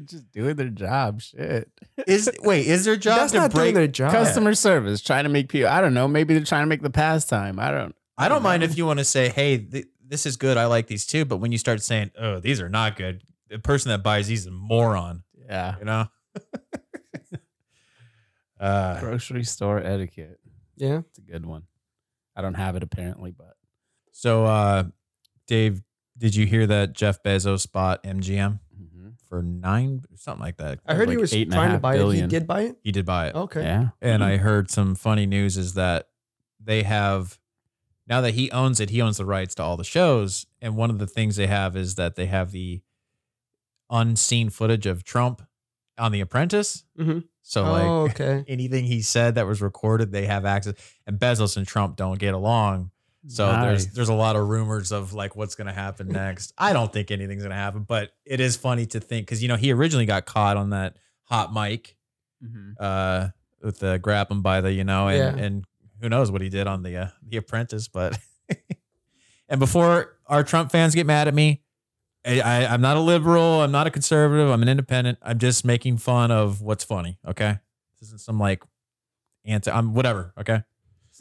B: just doing their job. Shit.
A: Is wait, is their job
E: That's
A: to
E: not
A: break?
E: doing their job.
B: Customer service, trying to make people. I don't know. Maybe they're trying to make the pastime. I don't.
A: I don't mind if you want to say, "Hey, th- this is good. I like these too." But when you start saying, "Oh, these are not good," the person that buys these is a moron.
B: Yeah.
A: you know. [laughs] uh,
B: Grocery store etiquette.
C: yeah.
B: It's a good one. I don't have it apparently, but
A: so, uh, Dave, did you hear that Jeff Bezos bought MGM
B: Mhm.
A: for nine something like that?
C: I heard
B: like
C: he was Oh.
B: eight and a
C: trying to
B: half
C: buy it. He
B: billion.
C: did buy it.
A: He did buy it,
C: Okay.
B: yeah.
A: and
C: Mm-hmm.
A: I heard some funny news is that they have now that he owns it, he owns the rights to all the shows, and one of the things they have is that they have the unseen footage of Trump on The Apprentice.
C: Mhm.
A: So, like,
C: oh, okay.
A: anything he said that was recorded, they have access. And Bezos and Trump don't get along. So there's
B: Mm-hmm. Nice.
A: there's a lot of rumors of like what's going to happen next. I don't think anything's going to happen, but it is funny to think because you know he originally got caught on that hot mic
B: Mhm.
A: uh, with the grab him by the you know and
C: Yeah.
A: and who knows what he did on the uh, the Apprentice, but [laughs] and before our Trump fans get mad at me, I, I I'm not a liberal, I'm not a conservative, I'm an independent. I'm just making fun of what's funny. Okay, this isn't some like anti. I'm whatever. Okay,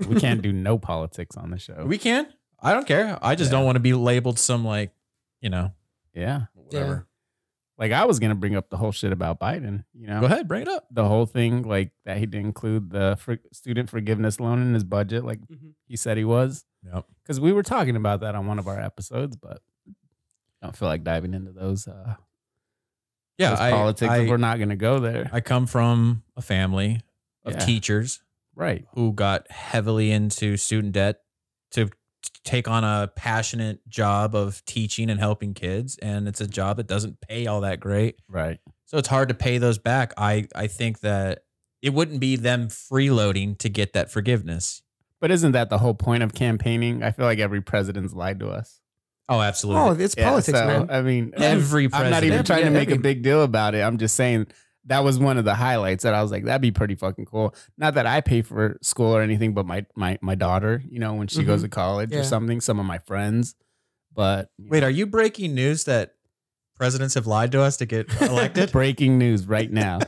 B: we can't do no politics on the show.
A: we can. I don't care. I just
B: Oh. Yeah.
A: don't want to be labeled some like you know
B: yeah.
A: whatever.
B: Like I was gonna bring up the whole shit about Biden. You know.
A: Go ahead, bring it up.
B: the whole thing, like that he didn't include the for student forgiveness loan in his budget, like
C: Mhm.
B: he said he was.
A: Yep.
B: Because we were talking about that on one of our episodes, but I don't feel like diving into those, uh,
A: Yeah,
B: those
A: I,
B: politics.
A: I,
B: if we're not going to go there.
A: I come from a family of
B: Yeah.
A: teachers.
B: right.
A: who got heavily into student debt to t- take on a passionate job of teaching and helping kids and it's a job that doesn't pay all that great
B: Right.
A: so it's hard to pay those back i i think that it wouldn't be them freeloading to get that forgiveness
B: But isn't that the whole point of campaigning? I feel like every president's lied to us.
A: Oh, absolutely.
C: Oh, it's
B: Yeah,
C: politics,
B: so, uh,
C: man.
B: I mean,
C: [laughs]
A: Every
B: I'm not even
A: president.
B: trying to
C: Yeah,
B: make a
C: every-
B: big deal about it. I'm just saying that was one of the highlights that I was like, that'd be pretty fucking cool. Not that I pay for school or anything, but my my my daughter, you know, when she goes to college
C: Mm-hmm. Yeah.
B: or something, some of my friends. But you
A: Wait, are you breaking news that presidents have lied to us to get
B: know,
A: elected?
B: breaking news right
C: [laughs]
B: now,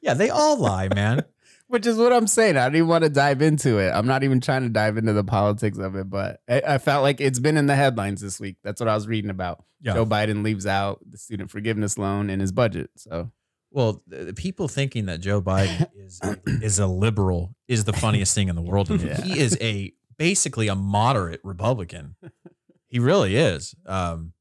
A: yeah, they all lie, man.
B: which is what I'm saying. I don't even want to dive into it. I'm not even trying to dive into the politics of it, but I, I felt like it's been in the headlines this week. That's what I was reading about.
A: Yeah.
B: Joe Biden leaves out the student forgiveness loan in his budget. So
A: Well, the the people thinking that Joe
C: [laughs]
A: Biden is is a liberal is the funniest thing in the world. To me.
B: Yeah.
A: He is a basically a moderate
C: [laughs]
A: Republican. He really is. Um,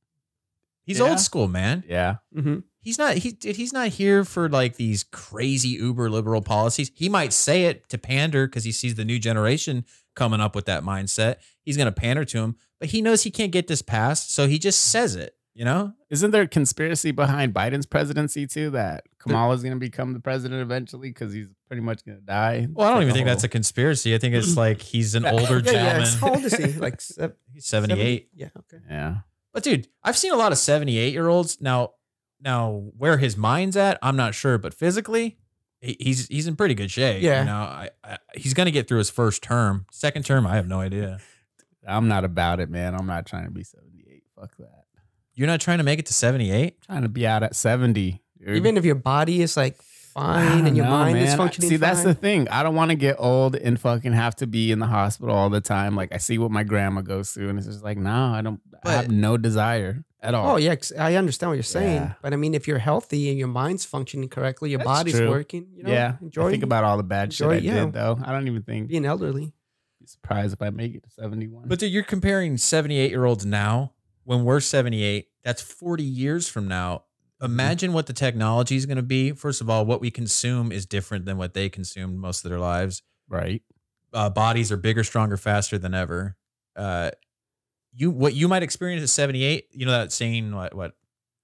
A: he's
B: Yeah.
A: old school, man.
B: yeah,
C: Mhm.
B: [laughs]
A: He's not. He dude, he's not here for like these crazy uber liberal policies. He might say it to pander because he sees the new generation coming up with that mindset. He's going to pander to him, but he knows he can't get this passed, so he just says it. You know,
B: Isn't there a conspiracy behind Biden's presidency too that Kamala's going to become the president eventually because he's pretty much going to die?
A: Well, I don't even think that's a conspiracy. I think it's like he's an older
C: Oh. [laughs] Yeah,
A: gentleman.
C: yeah. it's- How old is
B: [laughs]
C: he? Like sev-
A: He's 78.
C: 70? Yeah. Okay.
B: yeah.
A: But dude, I've seen a lot of 78 year olds. Now, now where his mind's at, I'm not sure, but physically, he- he's he's in pretty good shape.
C: Yeah.
A: You know, I, I, he's going to get through his first term. Second term, I have no idea.
B: I'm not about it, man. I'm not trying to be 78. Fuck that.
A: You're not trying to make it to 78?
B: trying to be out at 70. dude.
C: Even if your body is like
B: I
C: fine
B: don't
C: and your
B: know,
C: mind is
B: man.
C: functioning.
B: See, that's the
C: fine.
B: thing. I don't want to get old and fucking have to be in the hospital all the time. Like I see what my grandma goes through, and it's just like, no, I don't. I have
A: But-
B: no desire at all.
C: Oh yeah, 'cause I understand what you're saying,
B: Yeah.
C: but I mean, if you're healthy and your mind's functioning correctly, your
B: That's
C: body's
B: true.
C: working. You know,
B: yeah.
C: enjoy
B: I think about all the bad
C: enjoy-
B: shit I
C: yeah.
B: did, though. I don't even think. [laughs]
C: being elderly.
B: Be surprised if I make it to 71.
A: But dude, you're comparing 78 year olds now when we're 78. That's 40 years from now. Imagine what the technology is going to be. First of all, what we consume is different than what they consumed most of their lives.
B: right.
A: uh, bodies are bigger, stronger, faster than ever. Uh, you what you might experience at 78, you know that saying what what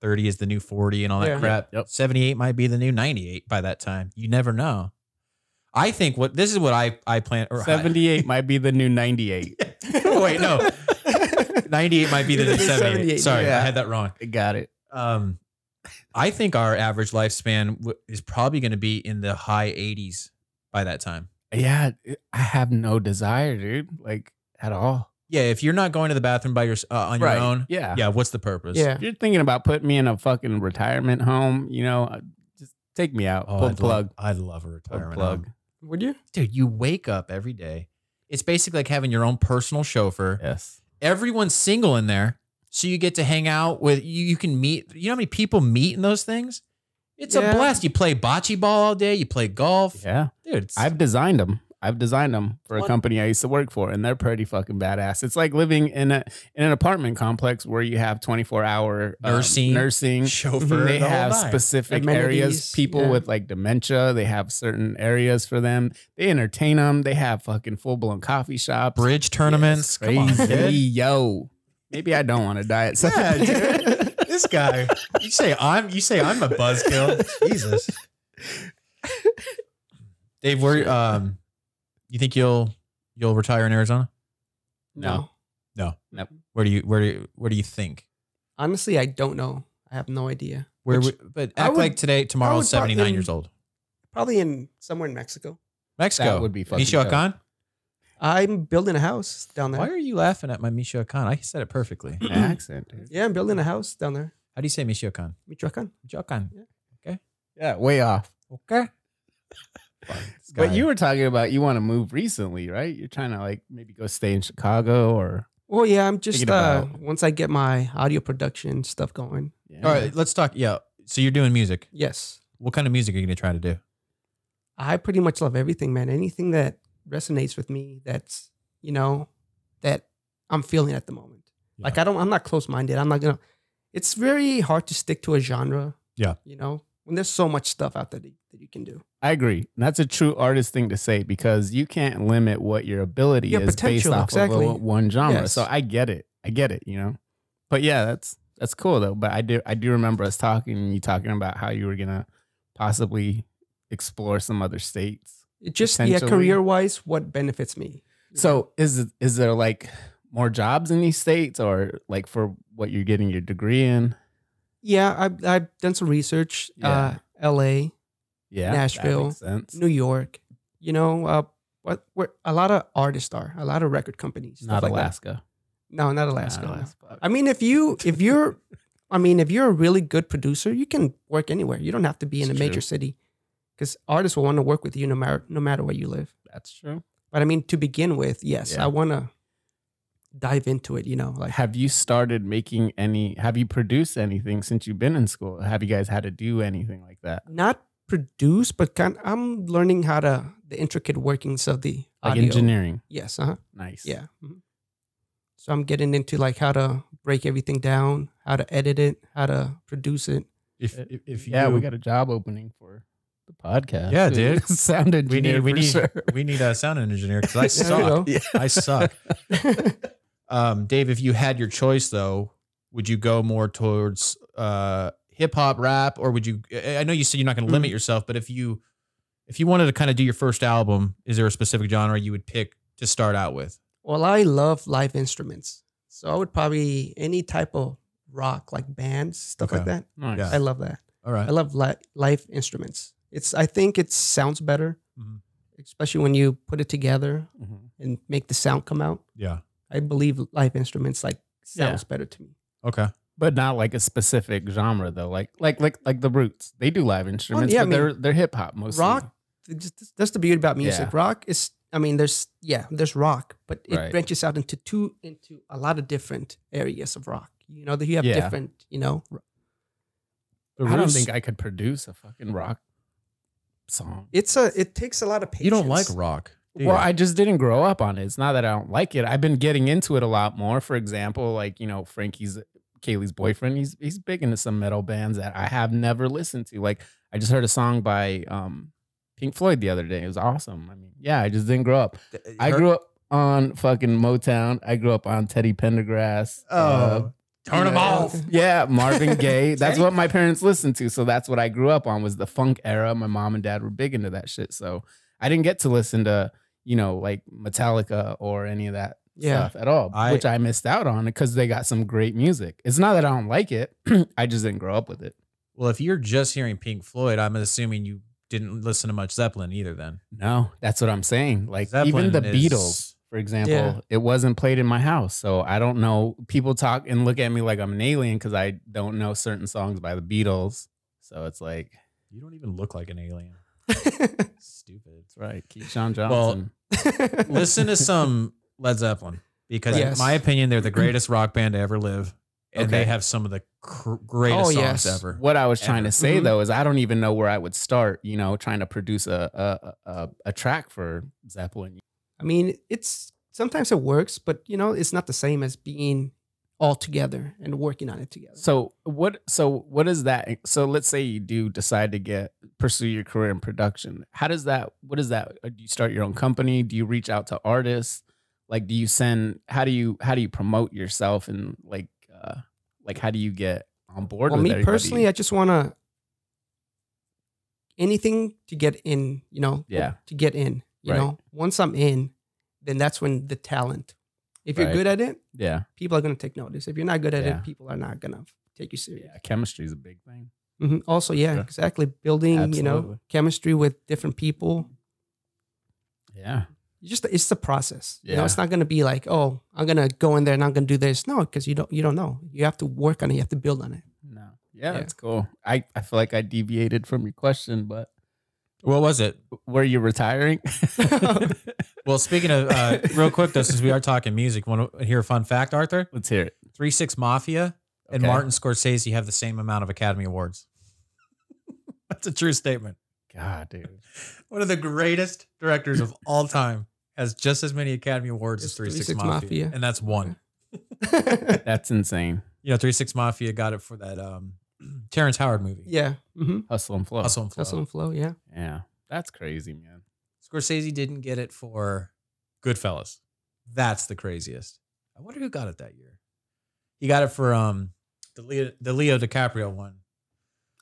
A: 30 is the new 40 and all that
C: Yeah.
A: crap.
B: Yep.
A: 78 might be the new 98 by that time. You never know. I think what this is what I I plan or I- [laughs]
B: 78 might be the new 98.
A: wait,
B: [laughs]
A: no. 98 might be the new 78. Sorry,
B: yeah.
A: I had that wrong.
B: Got it.
A: Um I think our average lifespan w- is probably going to be in the high 80s by that time.
B: Yeah, it- I have no desire, dude, like at all.
A: Yeah, if you're not going to the bathroom by your uh, on your own,
B: Yeah.
A: yeah, what's the purpose?
C: [laughs] Yeah.
B: If you're thinking about putting me in a fucking retirement home, you know, uh, just take me out.
A: Oh,
B: Pull
A: I'd
B: the plug.
A: Love, I'd love a
B: Pull the
A: retirement
B: plug.
A: home.
C: Would you?
A: Dude, you wake up every day. It's basically like having your own personal chauffeur.
B: Yes.
A: Everyone's single in there. So you get to hang out with you, you can meet you know how many people meet in those things? It's
C: Yeah.
A: a blast. You play bocce ball all day, you play golf.
B: Yeah.
A: Dude, it's
B: I've designed them. I've designed them for a
C: What?
B: company I used to work for, and they're pretty fucking badass. It's like living in a in an apartment complex where you have twenty four hour
A: Nursing.
B: nursing,
A: chauffeur.
B: they
A: the whole
B: have
A: nine.
B: specific areas
C: Amenities,
B: people
C: yeah.
B: with like dementia they have certain areas for them they entertain them they have fucking full-blown coffee shops
A: bridge tournaments.
B: crazy
A: Come on, dude.
B: yo maybe i don't want to die [laughs] at seven
C: [laughs]
A: Yeah, dude.
B: [laughs]
A: This guy. You say I'm you say I'm a buzzkill.
B: [laughs]
A: Jesus. Dave, where um you think you'll you'll retire in Arizona?
B: No.
A: Where do you where do you, where do you think?
C: Honestly, I don't know. I have no idea.
A: Where
C: Which-
A: would- but
C: I
A: act
C: would-
A: like today
C: I
A: tomorrow's
C: would probably-
A: 79 years old.
C: Probably in somewhere in Mexico.
A: Mexico.
B: That would be fucking
A: Michoacan?
C: I'm building a house down there.
A: Why are you laughing at my Michoacan? I said it perfectly.
B: An accent dude.
C: Yeah, I'm building a house down there,
A: How do you say Michoacan?
C: Michoacan.
A: Michoacan.
B: yeah way off
A: Okay.
B: but you were talking about you want to move recently right you're trying to like maybe go stay in chicago or
C: Well, yeah, I'm just
B: Thinking
C: uh,
B: about-
C: once I get my audio production stuff going.
B: yeah.
A: All right, let's talk. Yeah. So you're doing music.
C: Yes,
A: What kind of music are you going to try to do?
C: I pretty much love everything, man. Anything that resonates with me, that's you know, that I'm feeling at the moment. Like I don't, I'm not close minded. I'm not gonna. It's very hard to stick to a genre.
A: Yeah.
C: you know, when there's so much stuff out there that, that you can do.
B: I agree. That's a true artist thing to say because you can't limit what your ability
C: Your
B: is based
C: potential,
B: off
C: exactly.
B: of o- one genre.
C: Yes.
B: So I get it. I get it, you know. But yeah, that's that's cool though. But I do I do remember us talking and you talking about how you were gonna possibly explore some other states.
C: It just yeah,
B: Potentially.
C: career wise, what benefits me?
B: So is it is there like more jobs in these states or like for what you're getting your degree in?
C: Yeah, I've, I've done some research. Uh, L.A.,
B: Yeah. That
C: Nashville,
B: makes sense.
C: New York. You know, uh, what? Where a lot of artists are, a lot of record companies. stuff
B: Not
C: like that.
B: Alaska.
C: No, not Alaska.
B: Not
C: no.
B: Alaska.
C: I mean, if you if you're, [laughs] I mean, if you're a really good producer, you can work anywhere. You don't have to be in
B: It's
C: a major
B: true.
C: city, because artists will want to work with you no matter no matter where you live.
B: [laughs] That's true.
C: But I mean, to begin with, yes,
B: Yeah.
C: I want to dive into it. You know, like
B: Have you started making any? Have you produced anything since you've been in school? Have you guys had to do anything like that?
C: not produce, but kind. I'm learning how to the intricate workings of the
B: Like
C: audio.
B: engineering?
C: Yes. Uh huh.
B: Nice.
C: Yeah. mhm. So I'm getting into like how to break everything down, how to edit it, how to produce it.
A: If if, if
B: Uh, yeah,
A: you,
B: we got a job opening for the podcast.
A: Yeah, dude.
B: [laughs] Sound
A: we need
B: engineer.
A: we
B: for
A: need [laughs]
B: sure.
A: [laughs] we need a sound engineer because I
C: There you
A: suck.
B: [laughs]
C: go.
A: I suck. um, Dave, if you had your choice though, would you go more towards uh, hip hop, rap, or would you? I I know you said you're not going to
B: Mm.
A: limit yourself, but if you if you wanted to kind of do your first album, is there a specific genre you would pick to start out with?
C: Well, I love live instruments. So I would probably any type of rock, like bands, stuff like
A: Okay.
C: that.
B: Nice.
A: Yeah.
C: I love that.
A: All right,
C: I love li- live instruments. It's I think it sounds better,
A: Mhm.
C: especially when you put it together
B: Mhm.
C: and make the sound come out.
A: yeah,
C: I believe live instruments like
B: Yeah.
C: sounds better to me.
A: okay,
B: But not like a specific genre though. Like like like like the Roots. They do live instruments,
C: yeah, I
B: but
C: mean,
B: they're they're hip hop mostly.
C: Rock, th- just- that's the beauty about music.
B: Yeah.
C: Rock is, I mean, there's yeah, there's rock, but it
B: Right.
C: branches out into two into a lot of different areas of rock. You know that you have
B: Yeah.
C: different, you know,
A: The
B: I don't
A: Roots-
B: think I could produce a fucking rock song.
C: it's a it takes a lot of patience.
A: you don't like rock. do
B: Well,
A: you?
B: I just didn't grow up on it. It's not that I don't like it. I've been getting into it a lot more. For example, like you know, Frankie's Kaylee's boyfriend. He's he's big into some metal bands that I have never listened to. Like I just heard a song by um, Pink Floyd the other day. It was awesome. I mean, yeah, I just didn't grow up. I grew up on fucking Motown. I grew up on Teddy Pendergrass. uh,
A: turn them
C: Yeah.
A: off.
B: yeah, Marvin Gaye. That's what my parents listened to. So that's what I grew up on was the funk era. My mom and dad were big into that shit. So I didn't get to listen to, you know, like Metallica or any of that
C: Yeah.
B: stuff at all,
A: I-
B: which I missed out on because they got some great music. It's not that I don't like it. [clears throat] I just didn't grow up with it.
A: Well, if you're just hearing Pink Floyd, I'm assuming you didn't listen to much Zeppelin either. Then
B: No, that's what I'm saying. Like
A: Zeppelin
B: even the
A: is-
B: Beatles. for example,
C: Yeah.
B: it wasn't played in my house. So I don't know. People talk and look at me like I'm an alien because I don't know certain songs by the Beatles. So it's like,
A: You don't even look like an
B: [laughs]
A: alien. Stupid.
B: that's right. Keyshawn Johnson.
A: Well,
C: uh, [laughs]
A: Listen to some Led Zeppelin because,
C: Yes.
A: in my opinion, they're the greatest rock band to ever live, and they
B: Okay.
A: have some of the cr- greatest
C: Oh,
A: songs
C: yes.
A: ever.
B: what I was trying to say
C: Mhm.
B: though is I don't even know where I would start, you know, trying to produce a a, a, a track for Zeppelin.
C: I mean, it's sometimes it works, but you know, it's not the same as being all together and working on it together.
B: So what so what is that so let's say you do decide to get pursue your career in production. How does that what is that uh, do you start your own company? Do you reach out to artists? Like do you send how do you how do you promote yourself and like uh like how do you get on board
C: well,
B: with
C: me
B: everybody?
C: personally, I just want to anything to get in, you know,
B: Yeah.
C: to get in, you
B: Right.
C: know, once I'm in, then that's when the talent, if you're
B: Right.
C: good at it,
B: yeah.
C: people are going to take notice. If you're not good at
B: Yeah.
C: it, people are not going to take you serious.
B: Yeah, chemistry is a big thing.
C: Mhm. Also, yeah,
B: Yeah.
C: exactly. Building, you know,
B: Absolutely.
C: chemistry with different people.
B: Yeah.
C: You just it's the process. You know, it's
B: Yeah.
C: not going to be like, oh, I'm going to go in there and I'm going to do this. No, because you don't you don't know. You have to work on it. You have to build on it.
B: No. Yeah,
C: Yeah.
B: that's cool. I, I feel like I deviated from your question, but
A: What was it?
B: were you retiring? [laughs]
A: Well, speaking of uh, real quick though, since we are talking music, want to hear a fun fact, Arthur?
B: Let's hear it.
A: Three Six Mafia and
B: Okay.
A: Martin Scorsese have the same amount of Academy Awards. [laughs] That's a true statement.
B: God, dude.
A: One of the greatest directors of all time has just as many Academy Awards as
C: It's
A: Three Six
C: 36
A: Mafia,
C: Mafia.
A: and that's one.
B: That's insane.
A: You know, Three Six Mafia got it for that um, [clears throat] Terrence Howard movie,
C: [laughs] Yeah. Mm-hmm.
B: Hustle and flow.
A: Hustle and Flow.
C: Hustle and flow. Yeah.
B: Yeah. That's crazy, man.
A: Scorsese didn't get it for Goodfellas. That's the craziest. I wonder who got it that year. He got it for um the Leo, the Leo DiCaprio one.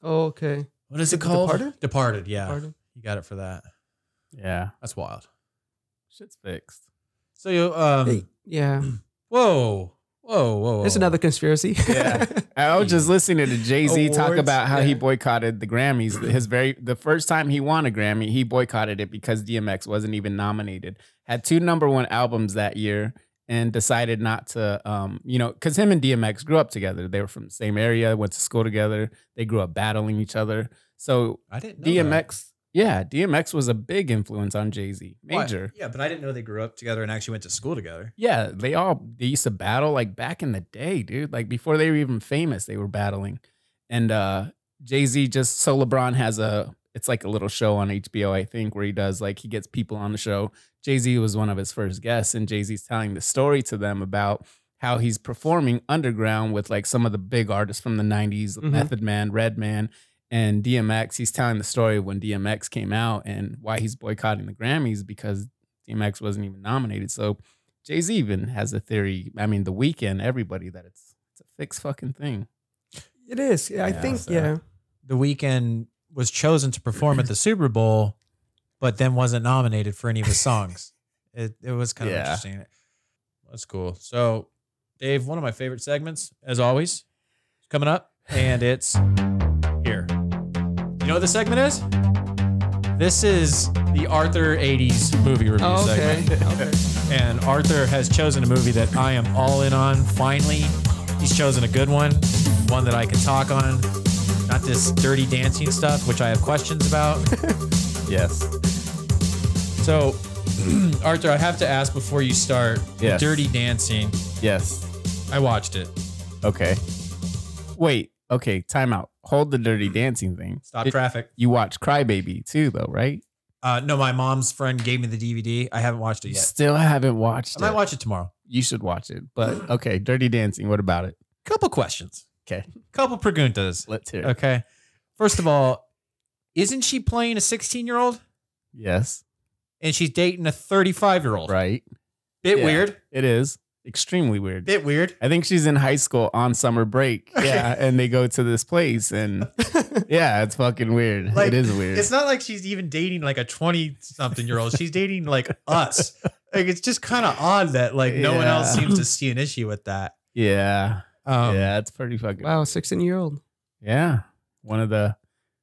C: Oh, okay.
A: What is
C: Is
A: it
C: it
A: called?
C: Departed?
A: Departed. Yeah,
C: Pardon?
A: he got it for that.
B: Yeah.
A: That's wild.
B: Shit's fixed.
A: So you um
B: [clears throat]
C: Yeah.
A: Whoa. Whoa, whoa, whoa.
C: It's another conspiracy.
B: Yeah. I was just listening to Jay Z talk
C: Mm. Awards,
B: about how he
C: yeah.
B: boycotted the Grammys. His very the first time he won a Grammy, he boycotted it because DMX wasn't even nominated. Had two number one albums that year and decided not to, um, you know, because him and DMX grew up together. They were from the same area, went to school together. They grew up battling each other. So
A: I didn't know that.
B: DMX, yeah, DMX was a big influence on Jay Z,
A: Well, I-
B: major.
A: yeah, but I didn't know they grew up together and actually went to school together.
B: Yeah, they all they used to battle like back in the day, dude. Like before they were even famous, they were battling. And uh Jay-Z just so LeBron has a it's like a little show on HBO, I think, where he does like he gets people on the show. Jay-Z was one of his first guests, and Jay-Z's telling the story to them about how he's performing underground with like some of the big artists from the 90s,
C: Mhm.
B: Method Man, Redman, and DMX. He's telling the story of when DMX came out and why he's boycotting the Grammys because DMX wasn't even nominated. So Jay Z even has a theory. I mean, the weekend, everybody that it's it's a fixed fucking thing.
C: [laughs] It is. Yeah, I
B: Yeah,
C: think,
B: so-
C: yeah.
A: The weekend was chosen to perform at the Super Bowl, but then wasn't nominated for any of his songs. It it was kind
B: Yeah.
A: of interesting. That's cool. So, Dave, one of my favorite segments, as always, is coming up, and it's here. You know what this segment is? This is the Arthur 80s movie review
C: Oh, okay.
A: segment. And Arthur has chosen a movie that I am all in on. Finally, he's chosen a good one, one that I can talk on. Not this dirty dancing stuff, which I have questions
B: [laughs]
A: about.
B: Yes.
A: So, [clears throat] Arthur, I have to ask before you start
B: Yes.
A: Dirty Dancing.
B: Yes.
A: I watched it.
B: Okay. Wait. Okay. Time out. Hold the dirty dancing thing.
A: Hmm. Stop
B: It-
A: traffic.
B: You watch Crybaby too, though, right?
A: Uh, no, my mom's friend gave me the DVD. I haven't watched it
B: You
A: yet.
B: still haven't watched
A: I
B: it.
A: might watch it tomorrow.
B: you should watch it.
A: [gasps]
B: But okay, Dirty Dancing. What about it?
A: Couple questions.
B: Okay.
A: Couple preguntas.
B: Let's hear it.
A: Okay. First of all, isn't she playing a 16 year old
B: Yes.
A: and she's dating a 35 year old?
B: Right.
A: Bit
B: Yeah.
A: weird.
B: It is extremely weird.
A: Bit weird.
B: I think she's in high school on summer
A: [laughs]
B: break. Yeah, and they go to this place, and yeah, it's fucking weird.
A: Like,
B: it is weird.
A: It's not like she's even dating like a 20 something year old. She's dating like us. Like it's just kind of odd that like no one else
B: Yeah.
A: seems to see an issue with that.
B: yeah,
A: Um,
B: yeah, it's pretty fucking.
C: Wow, 16 year old.
B: Yeah, one of the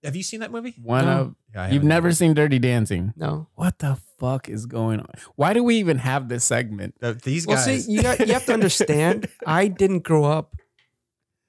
A: Have you seen that movie?
B: one
C: No.
B: of
A: Yeah, I
B: you've
A: haven't.
B: never seen Dirty Dancing.
C: No.
B: What the fuck is going on? Why do we even have this segment?
A: Th- These
C: Well,
A: guys.
C: see, you, got, you have
B: [laughs]
C: to understand, I didn't grow up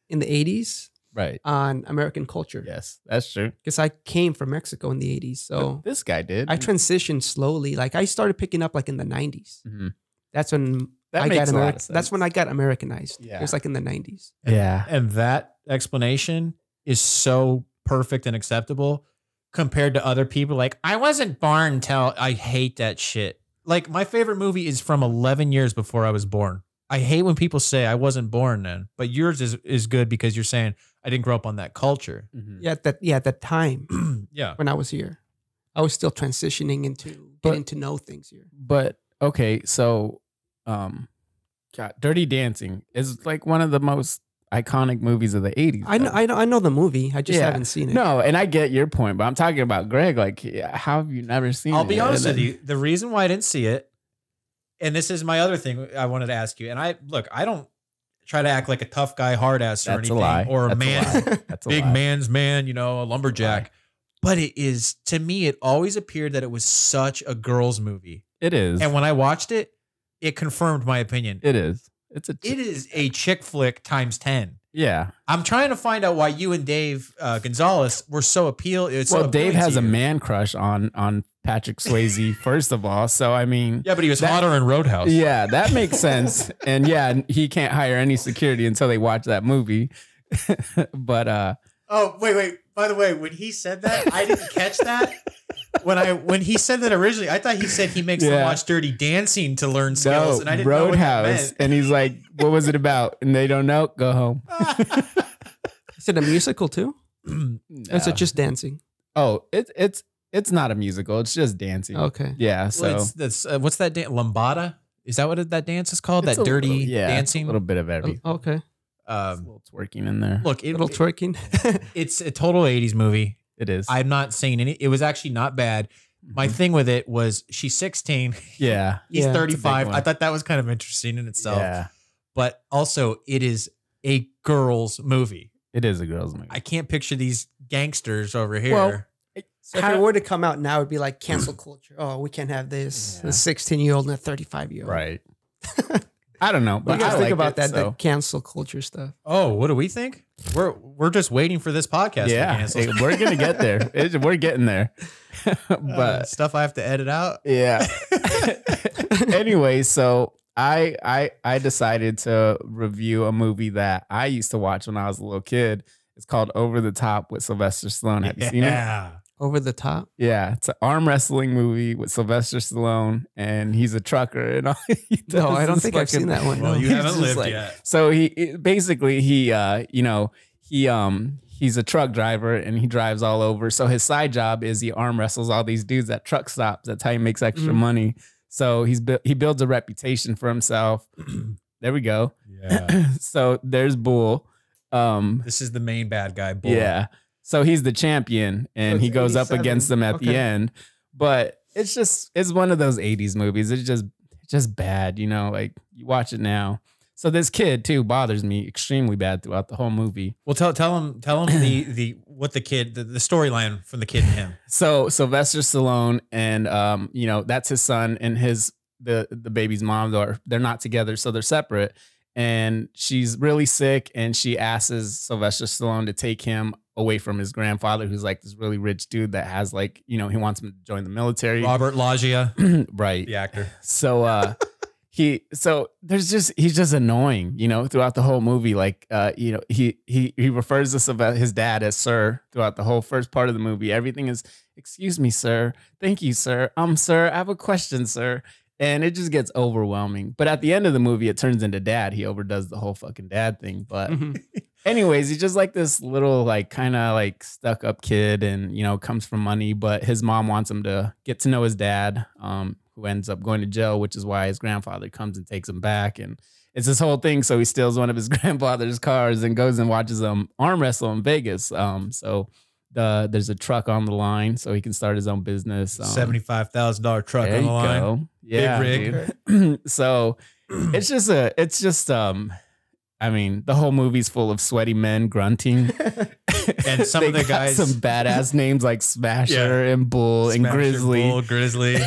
C: in the 80s
B: Right.
C: on American culture
B: Yes, that's true.
C: because I came from Mexico in the 80s. So
B: this guy did.
C: I transitioned slowly. Like I started picking up like in the 90s.
B: Mhm.
C: That's when
B: That
C: I
B: makes
C: got
B: a lot of
C: Ameri- That's when I
B: sense.
C: got Americanized.
B: Yeah.
C: It was like in the 90s.
B: Yeah.
A: and that explanation is so perfect and acceptable compared to other people like I wasn't born till I hate that shit. Like my favorite movie is from 11 years before I was born. I hate when people say I wasn't born then, but yours is is good because you're saying I didn't grow up on that culture. [clears throat]
B: Mhm.
C: Yeah, at that yeah, at that time
A: yeah.
C: when I was here. I was still transitioning into
B: But-
C: getting to know things here.
B: But okay, so um God, Dirty Dancing is like one of the most iconic movies of the 80s.
C: I know,
B: though.
C: I know I know the movie. I just
B: Yeah.
C: haven't seen it.
B: No, and I get your point, but I'm talking about Greg. Like, yeah, how have you never seen?
A: I'll
B: it?
A: be honest
B: And
A: with
B: then-
A: you. The reason why I didn't see it, and this is my other thing I wanted to ask you. And I look, I don't try to act like a tough guy, hard ass, or
B: That's a
A: anything,
B: lie.
A: or a
B: That's
A: man,
B: lie. That's a
A: big
B: lie.
A: man's man, you know, a lumberjack. But it is to me, it always appeared that it was such a girls' movie.
B: It is.
A: And when I watched it, it confirmed my opinion.
B: it is. It's a.
A: It is a chick flick times ten.
B: yeah.
A: I'm trying to find out why you and Dave uh, Gonzalez were so appeal. It's
B: well, Dave has a man crush on on Patrick
A: [laughs]
B: Swayze. first of all, so I mean.
A: Yeah, but he was
B: That-
A: hotter in Roadhouse.
B: Yeah, that makes sense. And yeah, he can't hire any security until they watch that movie. [laughs] but uh
A: Oh, wait, wait. By the way, when he said that, I didn't catch that. When I when he said that originally, I thought he said he makes them
B: Yeah.
A: watch dirty dancing to learn skills,
B: no,
A: and I didn't know what that
B: Roadhouse.
A: meant.
B: And he's like, What was it about? And they don't know. Go home.
C: Is it a musical too?
A: [laughs]
C: Or is
B: No.
C: it just dancing?
B: Oh, it's it's it's not a musical. It's just dancing.
C: Okay.
B: Yeah.
A: Well,
B: So
A: it's- that's, uh, what's that dance? Lombada? Is that what that dance is called?
B: It's
A: that
B: a
A: dirty
B: little- yeah, it's
A: dancing?
B: A little bit of everything.
C: Oh, Okay.
B: [laughs] It's a
A: um,
B: little twerking in there.
A: look, it,
C: Little twerking. [laughs]
B: [laughs]
A: it's a total 80s movie.
B: It is.
A: I'm not saying any. It was actually not bad. My
B: Mm-hmm.
A: thing with it was she's 16,
B: [laughs] yeah.
A: he's [laughs]
C: Yeah, that's a big
A: 35. I
B: one.
A: thought that was kind of interesting in itself.
B: yeah.
A: but also it is a girls' movie.
B: It is a girls' movie.
A: I can't picture these gangsters over here.
C: Well, So if
B: How-
C: it were to come out now, it'd be like cancel culture. Oh, we can't have this.
B: Yeah.
C: A 16 year old and a 35 year old.
B: right. I don't
C: [laughs]
B: know,
C: What
B: but
C: do you
B: I
C: guys think
B: like
C: about
B: it,
C: that,
B: so-
C: the cancel culture stuff?
A: oh, what do we think? We're we're just waiting for this podcast. to
B: yeah,
A: cancel.
B: it- we're gonna get
C: [laughs]
B: there. It's- we're getting there. [laughs]
C: Um,
A: Uh,
B: but
A: stuff I have to edit out.
C: [laughs]
B: yeah. [laughs] anyway, so I I I decided to review a movie that I used to watch when I was a little kid. It's called Over the Top with Sylvester Stallone. Have you seen it?
A: yeah.
C: Over the top?
B: Yeah, it's an arm wrestling movie with Sylvester Stallone, and he's a trucker. And all [laughs] he does
C: No, I don't
B: is
C: think I've
B: fucking-
C: seen that one. [laughs]
A: Well,
B: [laughs]
C: no.
A: you
B: He's
A: haven't
B: just
A: lived
B: like- [clears throat]
A: yet.
B: So he it- basically he uh you know he um he's a truck driver and he drives all over. So his side job is he arm wrestles all these dudes at truck stops. That's how he makes extra
C: Mhm.
B: money. So he's bu- he builds a reputation for himself. there we go.
A: Yeah.
B: So there's Bull. Um
A: this is the main bad guy. Bull.
B: yeah. So he's the champion and
C: it's
B: he goes up
C: 87.
B: against them at the
C: Okay.
B: end. But it's just it's one of those 80s movies. It's just it's just bad, you know, like you watch it now. So this kid too bothers me extremely bad throughout the whole movie.
A: Well, tell tell him tell him
B: [clears throat]
A: the the what the kid the, the storyline from the kid and him.
B: So Sylvester Stallone and um, you know, that's his son and his the the baby's mom are they're not together, so they're separate. And she's really sick, and she asks Sylvester Stallone to take him away from his grandfather, who's like this really rich dude that has like, you know, he wants him to join the military.
A: Robert Loggia,
B: [clears throat] right.
A: the actor.
B: So uh he so there's just he's just annoying, you know, throughout the whole movie. Like uh, you know, he he he refers to about his dad as sir throughout the whole first part of the movie. Everything is excuse me, sir, thank you, sir. Um, sir, I have a question, sir. And it just gets overwhelming. But at the end of the movie, it turns into dad. He overdoes the whole fucking dad thing. But
C: Mhm.
B: anyways, he's just like this little, like, kind of like stuck up kid and, you know, comes from money, but his mom wants him to get to know his dad, um, who ends up going to jail, which is why his grandfather comes and takes him back. And it's this whole thing. So he steals one of his [laughs] grandfather's cars and goes and watches him arm wrestle in Vegas. Um, so the, there's a truck on the line so he can start his own business. Um,
A: Seventy five thousand dollar truck
B: there
A: on the
B: you
A: line.
B: go. Yeah,
A: rig.
B: dude. so it's just a, it's just um, I mean, the whole movie's full of sweaty men grunting,
A: And some of
B: [laughs] They
A: the
B: got
A: guys-
B: some badass names like Smasher and Bull and
A: Smasher,
B: Grizzly.
A: Bull,
B: [laughs]
A: Grizzly.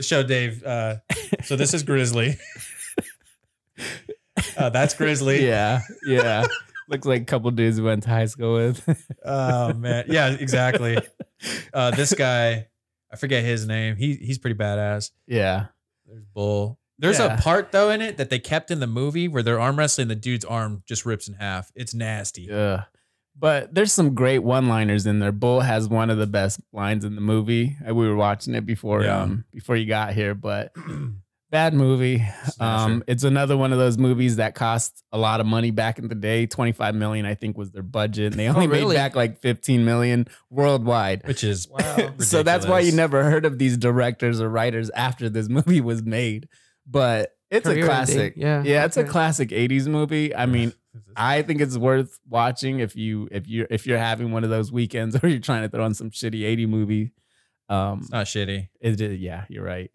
A: Show Dave. Uh, so this is
B: [laughs]
A: Grizzly. Uh, that's Grizzly.
B: yeah,
A: [laughs]
B: yeah. Looks like a couple dudes we went to high school with. [laughs]
A: Oh man. Yeah, exactly. Uh, this guy, I forget his name. He he's pretty badass.
B: yeah,
A: There's Bull. There's
B: Yeah.
A: a part though in it that they kept in the movie where they're arm wrestling. The dude's arm just rips in half. It's nasty.
B: yeah. But there's some great one-liners in there. Bull has one of the best lines in the movie. Uh, We were watching it before
A: Yeah.
B: um before you got
A: [clears throat]
B: here, but bad movie. Um, it's another one of those movies that cost a lot of money back in the day. 25 million, I think, was their budget. And
C: [laughs]
B: they only made
C: Oh, really?
B: back like 15 million worldwide.
A: which is [laughs]
C: Wow.
B: So that's why you
A: ridiculous.
B: never heard of these directors or writers after this movie was made. But it's
C: Career
B: a
C: ending,
B: classic.
C: yeah.
B: Yeah, it's a
C: Okay.
B: classic 80s movie. I [laughs]
C: [sighs]
B: mean, I think it's worth watching if you if you if you're having one of those weekends [laughs] or you're trying to throw on some shitty 80 movie. Um
A: It's not shitty.
B: it is, yeah, you're right.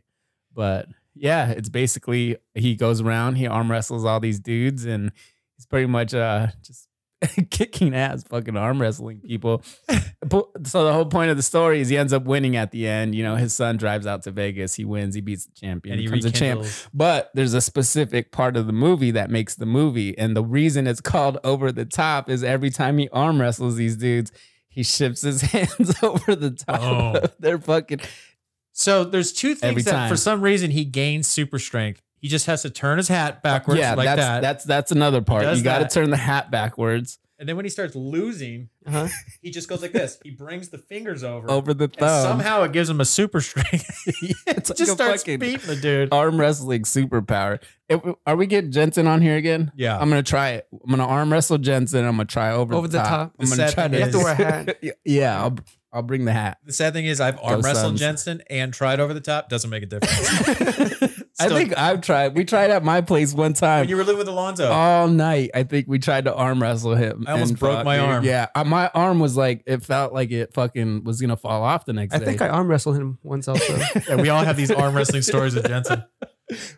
B: But yeah, it's basically he goes around, he arm wrestles all these dudes, and he's pretty much uh just [laughs] kicking ass, fucking arm wrestling
A: [laughs]
B: people. But- so the whole point of the story is he ends up winning at the end. You know, his son drives out to Vegas, he wins, he beats the champion,
A: And he
B: becomes a champ.
A: rekindles.
B: But there's a specific part of the movie that makes the movie. And the reason it's called Over the Top is every time he arm wrestles these dudes, he shifts his [laughs] hands over the top.
A: Oh.
B: of their fucking.
A: So there's two things
B: Every
A: that
B: time.
A: for some reason he gains super strength. He just has to turn his hat backwards
B: yeah,
A: like
B: that's,
A: that.
B: That's that's another part.
A: does
B: You got to
A: that.
B: turn the hat backwards
A: and then when he starts losing,
C: Uh-huh.
A: he just goes like this. He brings the fingers over.
B: over the
A: and
B: thumb.
A: somehow it gives him a super
B: [laughs]
A: strength.
B: oh.
A: [laughs] just
B: it's like a
A: starts
B: fucking Oh.
A: beating the dude.
B: arm wrestling superpower. It- are we getting Jensen on here again?
A: Yeah.
B: I'm gonna try it. I'm gonna arm wrestle Jensen. I'm gonna try over
C: Over the top.
B: I'm
A: The
B: gonna
A: sad
B: try
A: thing
B: to.
A: is- You have to
B: [laughs]
C: wear a hat.
B: yeah, I'll I'll bring the hat.
A: the sad thing is I've arm
B: Those
A: wrestled
B: sons.
A: Jensen and tried over the top. Doesn't make a [laughs] difference.
B: I
A: Still-
B: think I've tried. We tried at my place one
A: when
B: time.
A: you were living with Alonzo,
B: all night. I think we tried to arm wrestle him.
A: I almost
B: and
A: broke
B: fuck,
A: my
B: dude,
A: arm.
B: Yeah, uh, my arm was like it felt like it fucking was gonna fall off the next
C: I
B: day.
C: think I arm wrestled him once also.
A: Yeah, we all have these arm wrestling stories with Jensen.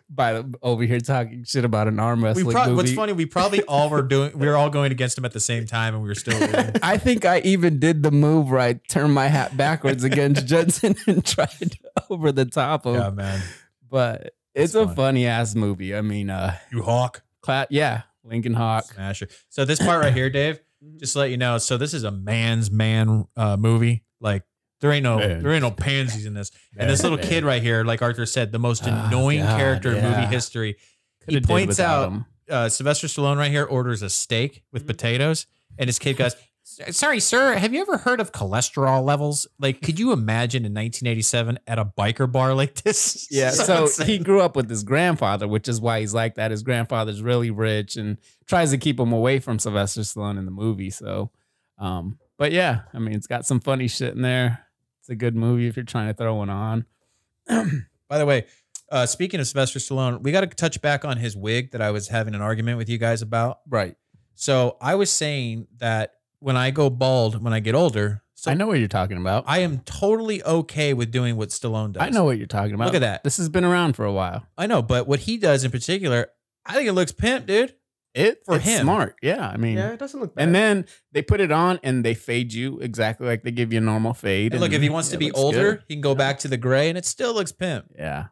B: by the, over here talking shit about an arm
A: We
B: wrestling
A: prob- what's
B: movie.
A: funny, we probably all were doing, we were all going against him at the same time, and we were still.
B: [laughs]
A: winning.
B: I think I even did the move where I turned my hat backwards against Judson and tried over the top of.
A: yeah,
B: him.
A: man,
B: But it's
A: That's
B: a
A: fun.
B: funny ass movie. I mean, uh,
A: you hawk.
B: cla- yeah, Lincoln Hawk.
A: Smasher. So this part right here, Dave, just to let you know. So this is a man's man uh, movie. Like there ain't no
I: Man.
A: there ain't no pansies in this. and this
I: Man,
A: little
I: man.
A: kid right here, like Arthur said, the most
B: Ah,
A: annoying
B: God,
A: character in movie
B: yeah.
A: history.
B: Coulda did
A: points
B: without
A: out-
B: him.
A: Uh, Sylvester Stallone right here orders a steak with
B: Mm-hmm.
A: potatoes, and his kid goes. "S- Sorry, sir. Have you ever heard of cholesterol levels? Like, could you imagine in 1987 at a biker bar like this? [laughs]
B: Yeah, so
A: Someone
B: he grew up with his grandfather, which is why he's like that. His grandfather's really rich and tries to keep him away from Sylvester Stallone in the movie. So, um, but yeah, I mean, it's got some funny shit in there. It's a good movie if you're trying to throw one on.
A: [clears throat] By the way, uh, speaking of Sylvester Stallone, we got to touch back on his wig that I was having an argument with you guys about.
B: Right.
A: So I was saying that when I go bald when I get older, so
B: I know what you're talking about. I,
A: I am totally okay with doing what Stallone does.
B: know what you're talking about.
A: Look at that.
B: This has been around for a while.
A: I know, but what he does in particular, I think it looks pimp, dude.
B: It
A: For
B: it's
A: him.
B: smart. Yeah, I mean,
C: Yeah, it doesn't look bad.
B: and then they put it on and they fade you exactly like they give you a normal fade.
A: And look, if he wants to
B: yeah, it
A: be
B: looks
A: older,
B: good.
A: he can go back to the gray, and it still looks pimp.
B: yeah,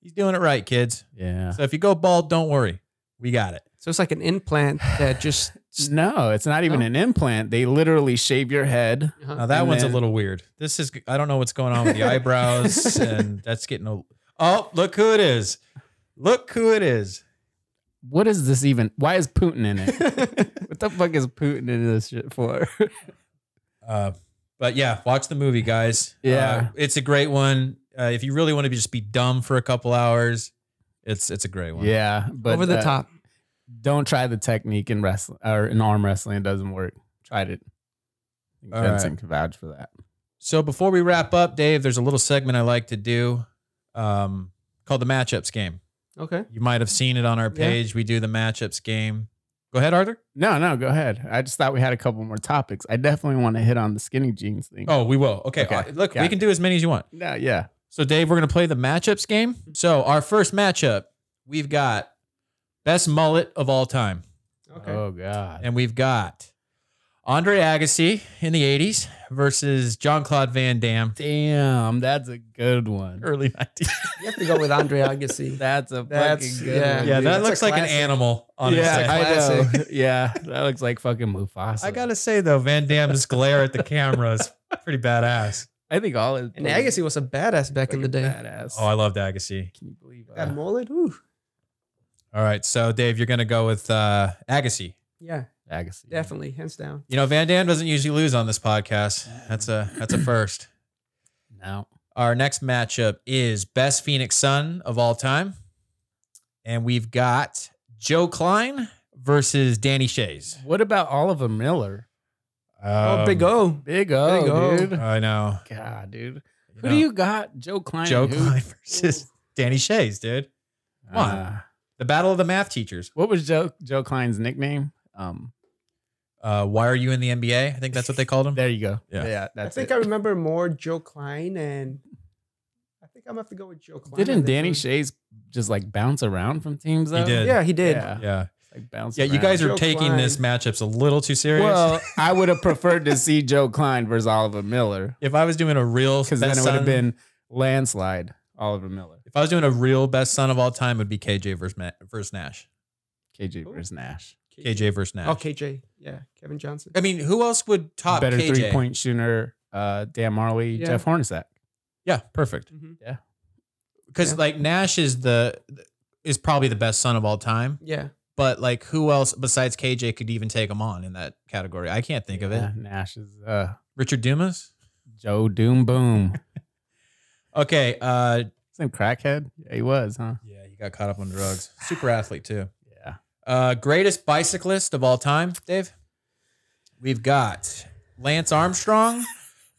A: He's doing it right, kids.
B: yeah.
A: So if you go bald, don't worry, we got it.
C: so it's like an implant
B: [laughs]
C: that just
B: No, it's not even
C: No.
B: an implant. They literally shave your head.
A: Now
C: uh
A: that
B: And
A: one's a
B: then-
A: little weird. This is I don't know what's going on
B: [laughs]
A: with the eyebrows, and that's getting a. Oh, look who it is! Look who it is!
B: What is this even? Why is Putin in [laughs] it? what the fuck is Putin in this shit for?
A: Uh, but yeah, watch the movie, guys. Uh,
B: Yeah.
A: it's a great one. Uh, if you really want to be, just be dumb for a couple hours, it's it's a great one.
B: [laughs] yeah, but
C: over the
B: uh,
C: top.
B: Don't try the technique in wrestling or in arm wrestling. It doesn't work. Tried it.
A: All
B: Vincent can vouch for that.
A: So before we wrap up, Dave, there's a little segment I like to do, um, called the matchups game.
C: Okay.
A: You might have seen it on our
C: Yeah.
A: page. We do the matchups game. Go ahead, Arthur.
B: No, no, go ahead. I just thought we had a couple more topics. I definitely want to hit on the skinny jeans thing.
A: Oh, we will. Okay.
B: Okay.
A: Uh, look,
B: Got
A: we
B: it.
A: can do as many as you want.
B: no, yeah.
A: So, Dave, we're going to play the matchups game.
B: Mm-hmm.
A: So, our first matchup, we've got best mullet of all time.
C: Okay.
B: Oh god.
A: And we've got Andre Agassi in the 80s versus John Claude Van Damme,
B: Damn, that's a good one.
A: early 90s.
C: You have to go with Andre
B: [laughs]
C: Agassi.
B: That's a
C: That's-
B: fucking good
C: yeah.
B: one.
A: Yeah,
B: dude.
A: that
C: a
A: looks like an
C: classic.
A: animal, honestly.
B: I know.
C: [laughs] Classic.
B: yeah, that looks like fucking Mufasa.
A: I got to say, though, Van Damme's glare at the camera is pretty badass.
B: I think all is.
C: And Agassi was a badass back in the day.
A: [laughs]
B: Badass. Uh,
A: Oh, I loved Agassi.
B: Can you believe uh,
C: That
B: that?
C: mullet, ooh.
A: All right. So, Dave, you're going to go with uh, Agassi.
C: Yeah,
B: Agassi.
C: definitely, hands down.
A: You know, Van Damme doesn't usually lose on this podcast. That's a that's a first.
B: No.
A: Our next matchup is best Phoenix Sun of all time. And we've got Joe Klein versus Danny Shays. Um,
B: What about Oliver Miller?
C: oh,
B: Um,
C: Big O.
B: Big O,
C: Big O. Uh,
B: dude.
A: I know.
B: God, dude.
A: You
B: Who
A: know,
B: do you got? Joe Klein.
A: Joe
B: who?
A: Klein [laughs] versus Danny Shays, dude. Come on.
B: Uh,
A: The battle of the math teachers.
B: what was Joe Joe Klein's nickname? Um,
A: Uh, why are you in the NBA? I think that's what they called him.
B: there you go.
A: Yeah.
C: I
B: that's
C: think
B: it.
C: I remember more Joe Klein, and I think I'm gonna have to go with Joe Klein. on
B: Didn't
C: this
B: Danny
C: one.
B: Shays just like bounce around from teams? Though?
A: did.
C: Yeah, he did.
B: Yeah.
A: yeah.
B: Like bounce.
A: Yeah, you
B: around.
A: guys are
C: Joe
A: taking
C: Klein.
A: this matchups a little too serious.
B: Well, [laughs] I would have preferred to see Joe Klein versus Oliver Miller
A: if I was doing a real
B: because
A: best
B: then it
A: son-
B: would have been landslide Oliver Miller,
A: if I was doing a real best son of all time, it would be KJ versus, Ma- versus Nash.
B: KJ versus Nash.
A: KJ versus Nash.
C: Oh, KJ. Yeah, Kevin Johnson.
A: I mean, who else would top
B: Better
A: KJ?
B: three point shooter, uh, Dan Marley,
C: Yeah.
B: Jeff Hornacek.
A: Yeah, perfect.
C: Mhm.
A: Because
C: Yeah.
A: like Nash is the is probably the best son of all time,
C: Yeah,
A: but like who else besides KJ could even take him on in that category? I can't think of
B: Yeah,
A: it.
B: Nash is uh,
A: Richard Dumas.
B: Joe
A: [laughs]
B: Doom Boom.
A: Okay. Uh,
B: Some crackhead. Yeah, he was, huh?
A: yeah, he got caught up on drugs. Super athlete too.
B: Yeah.
A: Uh, greatest bicyclist of all time, Dave. We've got Lance Armstrong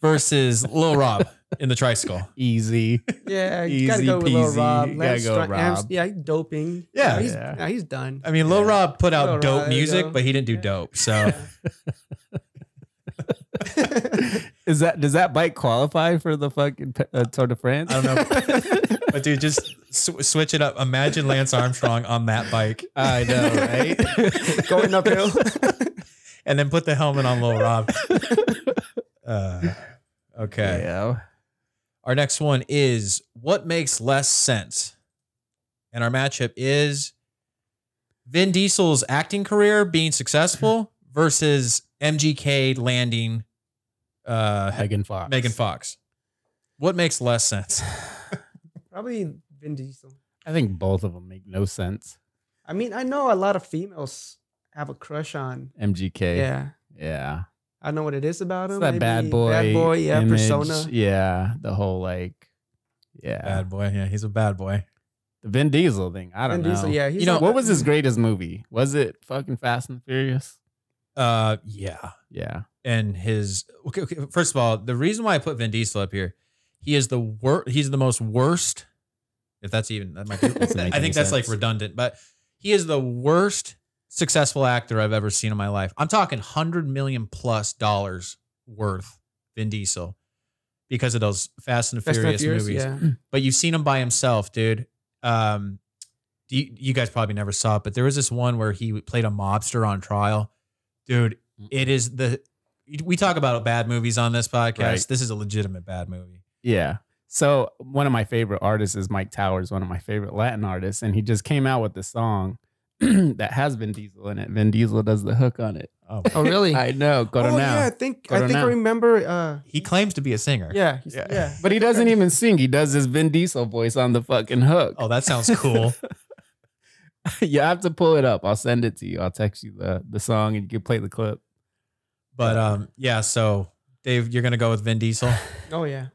A: versus Lil Rob in the tricycle. [laughs]
B: Easy.
C: yeah. you
B: Easy
C: gotta go with Lil
B: peasy.
C: Rob.
B: You gotta
C: Lance
B: go
C: Str- Lance-
B: Rob.
C: yeah, he's doping.
A: Yeah.
C: he's,
B: Yeah.
C: yeah, he's done.
A: I mean, Lil Rob put out
C: Lil
A: dope
C: Rob,
A: music,
C: yeah.
A: but he didn't do dope. So
B: is that does that bike qualify for the fucking uh, Tour de France? [laughs]
A: I don't know. but dude, just sw- switch it up. Imagine Lance Armstrong on that bike.
B: I know,
E: [laughs]
B: right? [laughs]
C: [laughs]
E: Going uphill.
A: and then put the helmet on Lil Rob. Uh, okay.
B: Yeah.
A: Our next one is what makes less sense? And our matchup is Vin Diesel's acting career being successful versus MGK landing uh,
B: Megan Fox.
A: Megan Fox. What makes less sense?
C: Probably Vin Diesel.
B: I think both of them make no sense.
C: I mean, I know a lot of females have a crush on.
B: MGK.
C: Yeah.
B: Yeah.
C: I know what it is about
B: It's
C: him.
B: that bad
C: maybe
B: boy.
C: Bad boy, yeah,
B: image.
C: persona.
B: Yeah. The whole like, yeah.
A: Bad boy. Yeah, he's a bad boy.
B: The Vin Diesel thing. I don't
C: Vin
B: know.
C: Diesel, yeah, he's Mm.
B: you know,
C: like-
B: what was his greatest movie? Was it fucking Fast and Furious?
A: Uh, yeah.
B: Yeah.
A: and his okay, okay, first of all, the reason why I put Vin Diesel up here, he is the worst. He's the most worst. If that's even that [laughs] might be,
B: Doesn't make
A: I
B: any
A: think that's like
B: sense.
A: redundant, but he is the worst successful actor I've ever seen in my life. I'm talking hundred million plus dollars worth Vin Diesel because of those Fast and the
C: Fast and
A: Furious
C: Furious,
A: movies.
C: yeah.
A: But you've seen him by himself, dude. Um, do you, you guys probably never saw it, but there was this one where he played a mobster on trial, dude. It is the we talk about bad movies on this podcast.
B: Right.
A: This is a legitimate bad movie.
B: Yeah. So one of my favorite artists is Mike Towers, one of my favorite Latin artists, and he just came out with this song [clears throat] that has Vin Diesel in it. Vin Diesel does the hook on it.
A: Oh,
C: Oh, really?
B: [laughs] I know, go to
C: oh,
B: now.
C: yeah. I think, I
B: Coronel.
C: think I remember. Uh,
A: he claims to be a singer.
C: yeah, he's-
B: Yeah.
C: yeah.
B: But he doesn't even sing. He does his Vin Diesel voice on the fucking hook.
A: Oh, that sounds
C: [laughs]
A: cool.
B: [laughs] you have to pull it up. I'll send it to you. I'll text you the, the song and you can play the clip.
A: but um, yeah. So Dave, you're gonna go with Vin Diesel.
C: [laughs] Oh, yeah.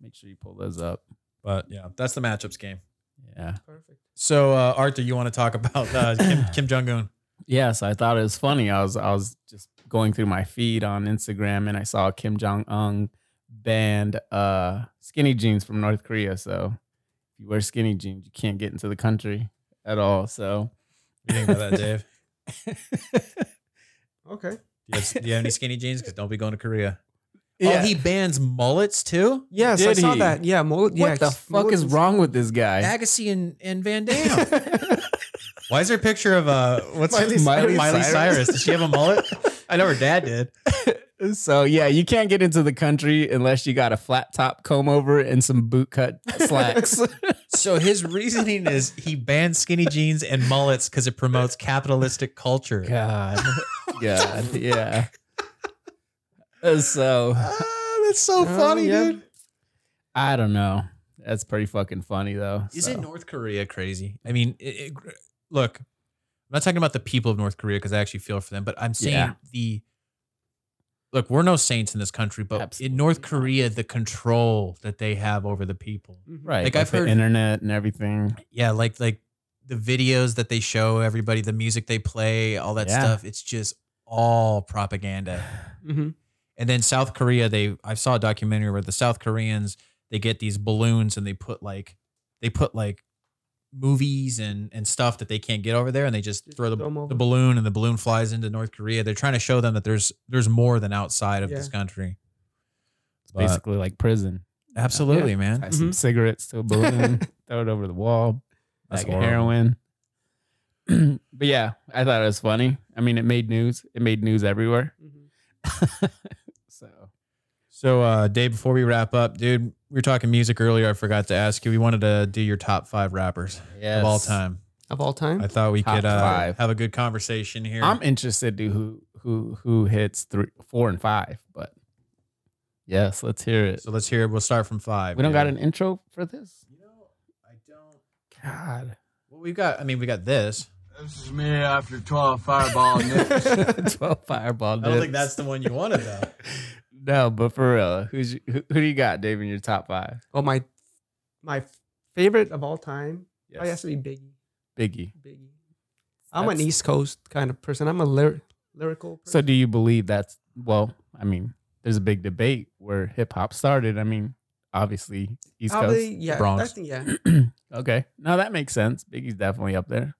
B: Make sure you pull those up.
A: But yeah, that's the matchups game.
B: Yeah.
C: Perfect.
A: So uh, Arthur, you want to talk about uh, Kim, Kim Jong Un?
B: Yeah, so I thought it was funny. I was I was just going through my feed on Instagram and I saw Kim Jong Un banned uh, skinny jeans from North Korea. So if you wear skinny jeans, you can't get into the country at all. So
A: You think about that, Dave?
C: Okay.
A: Do you, have, do you have any skinny jeans? Because don't be going to Korea.
B: [laughs] Yeah.
A: Oh, he bans mullets too.
C: Yes, I
B: Did
C: saw
B: he?
C: that. Yeah. Mo-
B: what the fuck is
C: [laughs]
B: wrong with this guy?
A: Agassi and, and [laughs] Van Dam.
B: [laughs]
A: Why is there a picture of uh what's
B: Miley
A: Miley,
B: Cyrus.
A: Miley Cyrus? Does she have a mullet? I know her dad did.
B: so yeah, you can't get into the country unless you got a flat top comb over and some boot cut
A: [laughs]
B: slacks.
A: So his reasoning is he banned skinny jeans and mullets because it promotes capitalistic culture.
B: God, God, yeah. Uh, So Oh,
A: Ah, that's so
C: Oh,
A: funny, dude.
B: I don't know. That's pretty fucking funny though. so.
A: Isn't North Korea crazy? I mean, it, it, look, I'm not talking about the people of North Korea because I actually feel for them, but I'm saying
B: Yeah.
A: the look. We're no saints in this country, but
B: Absolutely
A: in North Korea, the control that they have over the people.
B: right?
A: Like,
B: Like
A: I've
B: I've
A: heard-
B: the internet and everything.
A: yeah like like the videos that they show everybody the music they play all that
B: Yeah.
A: stuff it's just all propaganda
C: Mm-hmm.
A: and then south korea they i saw a documentary where the south koreans they get these balloons and they put like they put like movies and and stuff that they can't get over there and they just
C: Just
A: throw the,
C: throw 'em over.
A: the balloon and the balloon flies into north korea they're trying to show them that there's there's more than outside of
C: Yeah.
A: this country
B: It's
A: But-
B: basically like prison.
A: absolutely man
B: Tie some cigarettes to a
A: [laughs]
B: balloon, throw it over the wall,
A: That's
B: like a
A: horrible.
B: heroin. [clears throat] but yeah, I thought it was funny. I mean, it made news. It made news everywhere.
C: mm-hmm.
B: [laughs] so
A: So, uh, Dave, before we wrap up, dude, we were talking music earlier. I forgot to ask you. We wanted to do your top five rappers of all time.
C: Of all time?
A: I thought we
B: Top
A: could uh,
B: five.
A: have a good conversation here.
B: I'm interested to who who who hits three, four, and five. But yes, let's hear it.
A: so let's hear. We'll start from five.
B: We don't
A: dude.
B: got an intro
A: [laughs]
B: for this. [laughs]
A: You know, I don't.
B: God,
A: Well, we've got. I mean, we got this.
I: This is me after 12 fireball nips.
B: twelve fireball.
A: I don't think
B: dips.
A: that's the one you wanted though.
B: [laughs]
C: [laughs]
B: No, but for real, who's who, who do you got, Dave, in your top five?
C: [laughs] oh, my my favorite of all time.
A: Oh,
C: I has to be Biggie.
B: Biggie.
C: Biggie. I'm an
B: That's-
C: East Coast kind of person. I'm a lyr- lyrical person.
B: So, do you believe that's well? I mean, there's a big debate where hip hop started. I mean, obviously East
C: Probably, yeah.
A: Bronx.
C: I think, yeah.
B: Coast. okay, no, that makes sense. Biggie's definitely up there.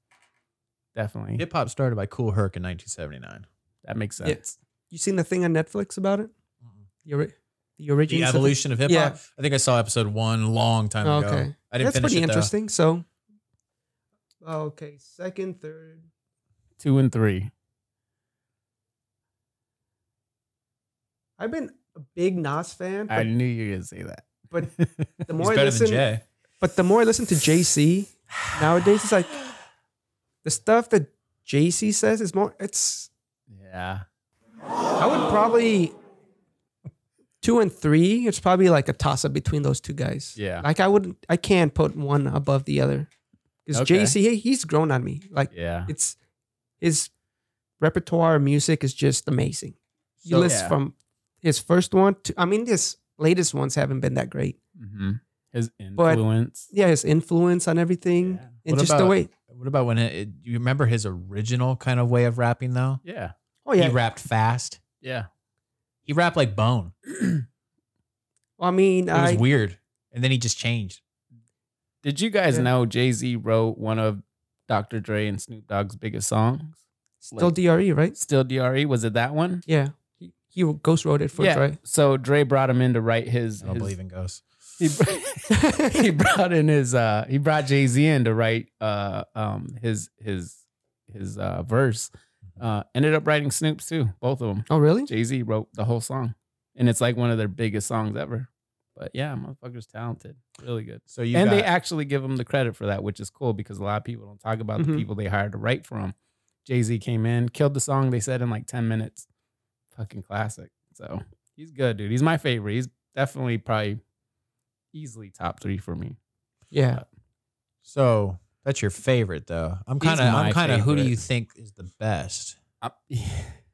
B: Definitely,
A: Hip hop started by Cool Herc in 1979.
B: that makes sense.
C: Yeah. You seen the thing on Netflix about it? You're, the origins.
A: The
C: of it.
A: evolution of hip hop.
C: Yeah. Oh,
A: I think I saw episode one a long time ago.
C: Okay.
A: I didn't
C: That's
A: finish
C: pretty
A: it, though.
C: interesting. So, okay, second, third.
B: Two and three.
C: I've been a big Nas fan,
B: I
C: but,
B: knew you were gonna say that. [laughs]
C: but the
A: [laughs] He's
C: more I
A: better
C: listen,
A: than Jay.
C: but the more I listen to JC nowadays, it's like the stuff that JC says is more. It's
B: Yeah.
C: I would probably two and three. It's probably like a toss up between those two guys.
B: Yeah.
C: Like I would, I can't put one above the other because
B: Okay.
C: JC he, he's grown on me. Like
B: Yeah.
C: it's his repertoire of music is just amazing. He
B: So-
C: lists
B: Yeah.
C: from his first one to I mean his latest ones haven't been that great.
B: hmm His influence.
C: Yeah, his influence on everything
B: Yeah.
C: and
A: What
C: just the
A: about-
C: way.
A: What about when it, it- you remember his original kind of way of rapping though?
B: yeah.
C: Oh yeah.
A: He rapped fast.
B: Yeah.
A: He rapped like Bone.
C: I mean,
A: It
C: I
A: was weird, and then he just changed.
B: Did you guys
C: Yeah.
B: know Jay Z wrote one of Dr. Dre and Snoop Dogg's biggest songs?
C: still
B: Like,
C: DRE, right?
B: Still DRE. Was it that one?
C: Yeah. He, he ghost wrote it for yeah.
B: [laughs]
C: Dre.
B: So Dre brought him in to write his.
A: I don't
B: his-
A: believe in ghosts.
B: He, [laughs] he brought in his. uh He brought Jay Z in to write uh um his his his uh verse. Uh Ended up writing Snoop's too. Both of them.
C: [laughs] Oh really?
B: Jay Z wrote the whole song, and it's like one of their biggest songs ever. But yeah, motherfucker's talented, really good.
A: So you
B: and
A: got,
B: they actually give him the credit for that, which is cool because a lot of people don't talk about
C: Mhm.
A: Mm-hmm.
B: the people they hired to write for him. Jay Z came in, killed the song. They said in like ten minutes, fucking classic. So he's good, dude. He's my favorite. He's definitely probably easily top three for me.
A: Uh,
C: Yeah.
A: so that's your favorite though. I'm
B: He's
A: kind of I'm
B: my
A: kind of who do
B: favorite.
A: you think is the best?
B: [laughs] I-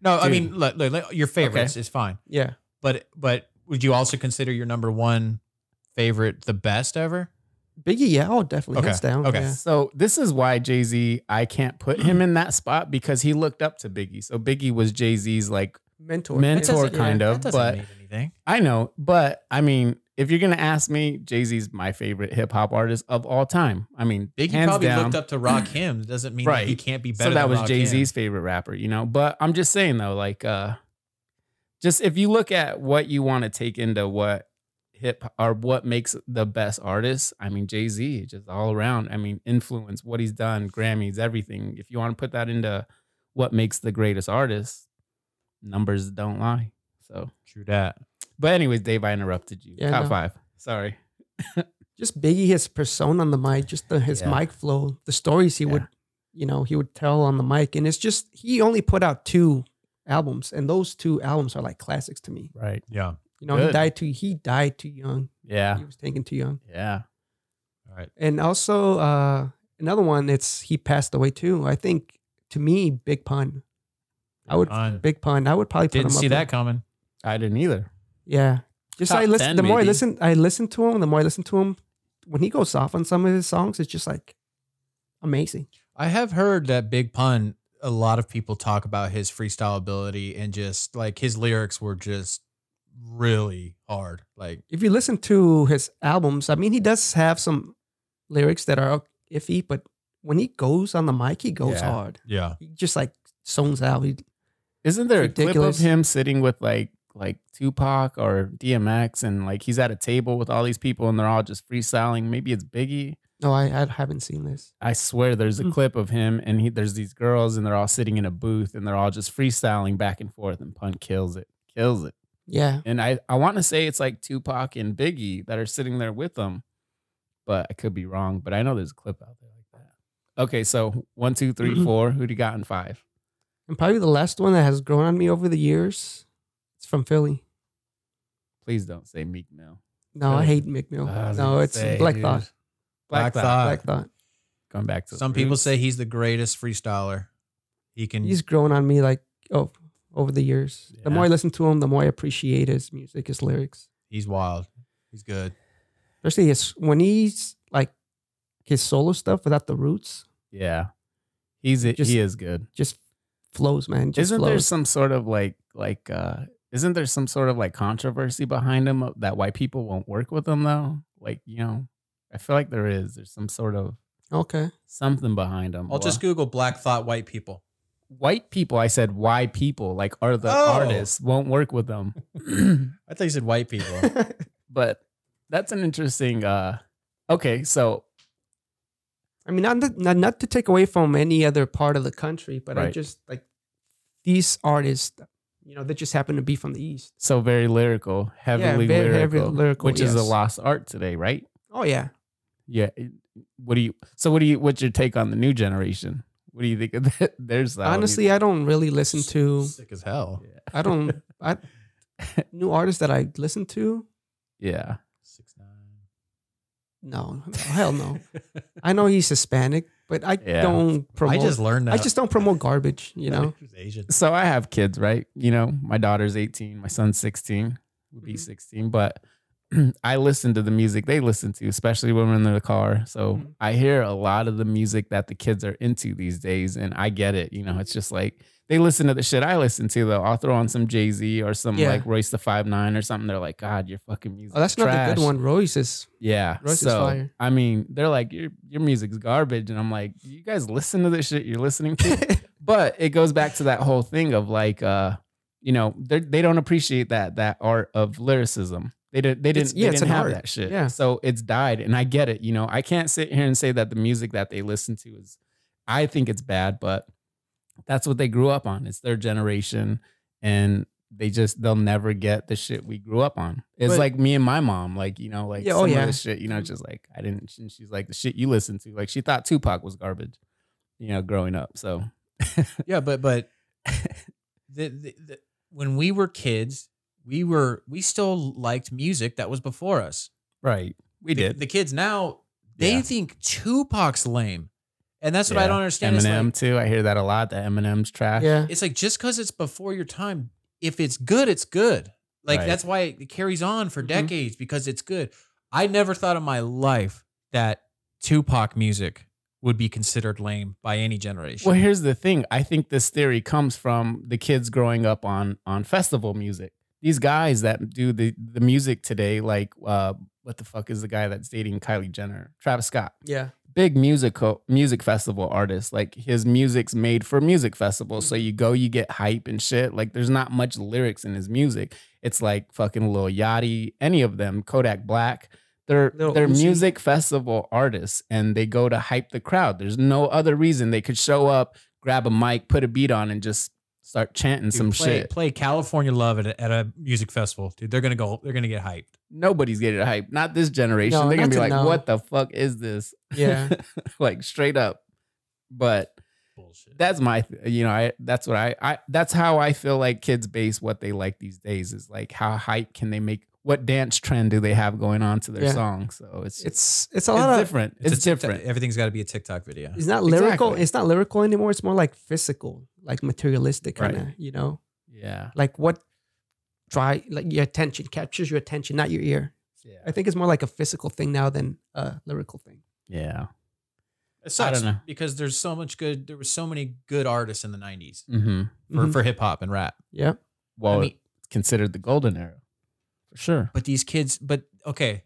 A: No, I
B: Dude.
A: mean look, look, look, your favorites is fine,
C: Yeah.
A: but but would you also consider your number one favorite the best ever?
C: Biggie, yeah, oh definitely hands
A: Okay,
C: down.
A: okay.
C: Yeah.
B: So this is why Jay Z, I can't put him in that spot because he looked up to Biggie. So Biggie was Jay Z's like
C: Mentor.
B: Mentor,
C: Yeah.
B: kind of,
A: that doesn't
B: but-
A: mean anything.
B: I know, but I mean, if you're gonna ask me, Jay Z's my favorite hip hop artist of all time. I mean,
A: Biggie
B: hands
A: probably
B: down.
A: looked up to Rock Him. It doesn't mean that he
B: Right.
A: can't be better.
B: so that
A: than
B: was
A: Rakim.
B: Jay Z's favorite rapper, you know. But I'm just saying though, like, uh just if you look at what you want to take into what hip or what makes the best artist, I mean, Jay Z just all around. I mean, influence, what he's done, Grammys, everything. If you want to put that into what makes the greatest artist, numbers don't lie. So,
A: True that.
B: but anyways, Dave, I interrupted you.
C: Yeah,
B: Top
C: no.
B: five. Sorry.
C: just Biggie, his persona on the mic, just the, his
A: Yeah.
C: mic flow, the stories he
B: Yeah.
C: would, you know, he would tell on the mic, and it's just he only put out two albums, and those two albums are like classics to me.
B: Right.
A: Yeah.
C: You know, he
B: Good.
C: died too. He died too young.
B: Yeah.
C: He was taken too young,
B: Yeah.
A: All right.
C: and also uh, another one. It's he passed away too. I think to me, Big Pun. I would
A: Pun.
C: Big Pun. I would probably put
A: Uh, Didn't
C: him up
A: see
C: there.
A: that coming.
B: I didn't either.
C: Yeah. Just
B: Top
C: I listen
B: 10
C: the more I
B: maybe.
C: listen I listen to him, the more I listen to him. When he goes off on some of his songs, it's just like amazing.
A: I have heard that Big Pun. A lot of people talk about his freestyle ability and just like his lyrics were just really hard. Like
C: If you listen to his albums, I mean he does have some lyrics that are iffy, but when he goes on the mic, he goes
B: Yeah.
C: hard.
A: yeah,
C: He just like zones out. He,
B: Isn't there a clip
C: Ridiculous.
B: of him sitting with like like Tupac or DMX and like he's at a table with all these people and they're all just freestyling? Maybe it's Biggie.
C: no, I, I haven't seen this.
B: I swear there's a
C: Mm.
B: clip of him and he, there's these girls and they're all sitting in a booth and they're all just freestyling back and forth and Pun kills it. Kills it.
C: Yeah.
B: And I, I want to say it's like Tupac and Biggie that are sitting there with them, but I could be wrong. But I know there's a clip out there like that. Okay, so one, two,
C: Mm-hmm.
B: three, four. Who do you got in five?
C: And probably the last one that has grown on me over the years, it's from Philly.
B: Please don't say Meek Mill.
C: No,
B: Philly.
C: I hate Mick Mill.
B: I was
C: no,
B: gonna
C: it's
B: say,
C: Black
B: dude.
C: Thought.
A: Black, Thought.
C: Black Thought.
B: Going back to the
A: Some people
B: roots.
A: say he's the greatest freestyler. He
B: Mm.
A: can.
C: he's grown on me like oh over the years. The more I
B: Yeah.
C: listen to him, the more I appreciate his music, his lyrics.
A: he's wild. He's good.
C: Especially his when he's like his solo stuff without the roots,
B: yeah, he's
C: Just-
B: he is good.
C: just flows, man. Just
B: Isn't
C: flows.
B: there some sort of like like uh isn't there some sort of like controversy behind him of- that white people won't work with him though? Like you know, I feel like there is. There's some sort of
C: okay.
B: [laughs] something behind him.
A: I'll just
B: Well,
A: Google Black Thought white people.
B: white people. I said, why people like are the
A: Oh.
B: artists won't work
A: [laughs]
B: with them. [clears throat]
A: I thought you said white people.
C: [laughs]
B: but that's an interesting. uh Okay, so
C: I mean, not, that- not not to take away from any other part of the country, but I
B: Right.
C: just like these artists, you know, they just happen to be from the east.
B: so very lyrical, heavily
C: very-
B: lyrical,
C: heavy lyrical,
B: which is a
C: yes.
B: lost art today, right?
C: Oh yeah,
B: Yeah. it- What do you? So what do you? What's your take on the new generation? What do you think of that? [laughs] There's that
C: honestly, I don't really listen to.
A: Sick as hell.
C: I
B: [laughs]
C: don't. I new artists that I listen to.
B: yeah.
A: Six nine.
C: No,
A: [laughs]
C: hell no. I know he's Hispanic, but I
B: Yeah.
C: don't promote.
A: I just learned that.
C: I just don't promote garbage. You know.
A: He's Asian.
B: so I have kids, right? You know, my daughter's 18, my son's 16, would be
C: Mhm.
B: 16, but [clears throat] I listen to the music they listen to, especially when we're in the car. So
C: Mhm.
B: I hear a lot of the music that the kids are into these days, and I get it. You know, it's just like they listen to the shit I listen to, though. I'll throw on some Jay Z or some
C: Yeah.
B: like Royce the Five Nine or something. They're like, God, your fucking music.
C: Oh, that's not the
B: trash."
C: good one. Royce is.
B: Yeah.
C: Royce is
B: so
C: fire.
B: I mean, they're like, your your music's garbage, and I'm like, you guys listen to this shit you're listening
C: [laughs]
B: to. but it goes back to that whole thing of like, uh, you know, they they don't appreciate that that art of lyricism. They didn't they didn't
C: It's- yeah,
B: they
C: it's
B: didn't
C: an
B: have
C: art.
B: that shit.
C: Yeah.
B: So it's died, and I get it. You know, I can't sit here and say that the music that they listen to is, I think it's bad, but that's what they grew up on. It's their generation, and they just they'll never get the shit we grew up on. It's
C: But-
B: like me and my mom, like you know, like
C: Yeah, oh,
B: some
C: yeah.
B: of this shit, you know, just like I didn't. And she's like the shit you listen to. Like she thought Tupac was garbage, you know, growing up. So [laughs]
A: Yeah, but but the, the, the when we were kids, we were we still liked music that was before us.
B: right, we
A: The-
B: did.
A: The kids now they
B: Yeah.
A: think Tupac's lame, and that's what I
B: Yeah.
A: don't understand. It's
B: Eminem
A: like,
B: too. I hear that a lot. That Eminem's trash.
C: Yeah.
A: it's like just because it's before your time, if it's good, it's good. Like
B: Right. Mm-hmm.
A: that's why it carries on for
C: Mhm.
A: decades because it's good. I never thought in my life that Tupac music would be considered lame by any generation.
B: Well, here's the thing. I think this theory comes from the kids growing up on on festival music. These guys that do the the music today, like uh, what the fuck is the guy that's dating Kylie Jenner? Travis Scott.
C: Yeah.
B: big musical music festival artist. Like his music's made for music festivals. So you go, you get hype and shit. Like there's not much lyrics in his music. It's like fucking Lil Yachty, any of them, Kodak Black. They're
C: Lil
B: they're
C: Uzi.
B: music festival artists and they go to hype the crowd. There's no other reason they could show up, grab a mic, put a beat on, and just start chanting
A: Dude,
B: some
A: play,
B: shit.
A: Play California Love at a, at a music festival, dude. They're gonna go. They're gonna get hyped.
B: Nobody's getting hype. Not this generation.
C: No,
B: they're gonna
C: not
B: be
C: to
B: like,
C: know.
B: what the fuck is this?
C: Yeah.
B: [laughs] like straight up. But
A: Bullshit.
B: that's my th- you know i that's what I, I that's how i feel like kids base what they like these days is like how hype can they make what dance trend do they have going on to their
C: Yeah.
B: song so it's it's,
C: [laughs] It's it's a lot
B: it's
C: of.
B: different it's,
A: a TikTok-
B: different
A: Everything's got to be a TikTok video.
C: It's not lyrical.
B: Exactly.
C: It's not lyrical anymore. It's more like physical, like materialistic
B: Right.
C: kind of. You know,
B: yeah
C: like what try like your attention captures your attention, not your ear. I
B: yeah
C: think it's more like a physical thing now than a lyrical thing.
B: yeah
A: It
B: I
A: sucks
B: don't know.
A: because there's so much good. There were so many good artists in the '90s
B: mm-hmm.
A: for,
C: Mhm.
A: for hip hop and rap.
C: Yeah.
B: well
A: I mean,
B: it's considered the golden era for sure
A: but these kids, but okay,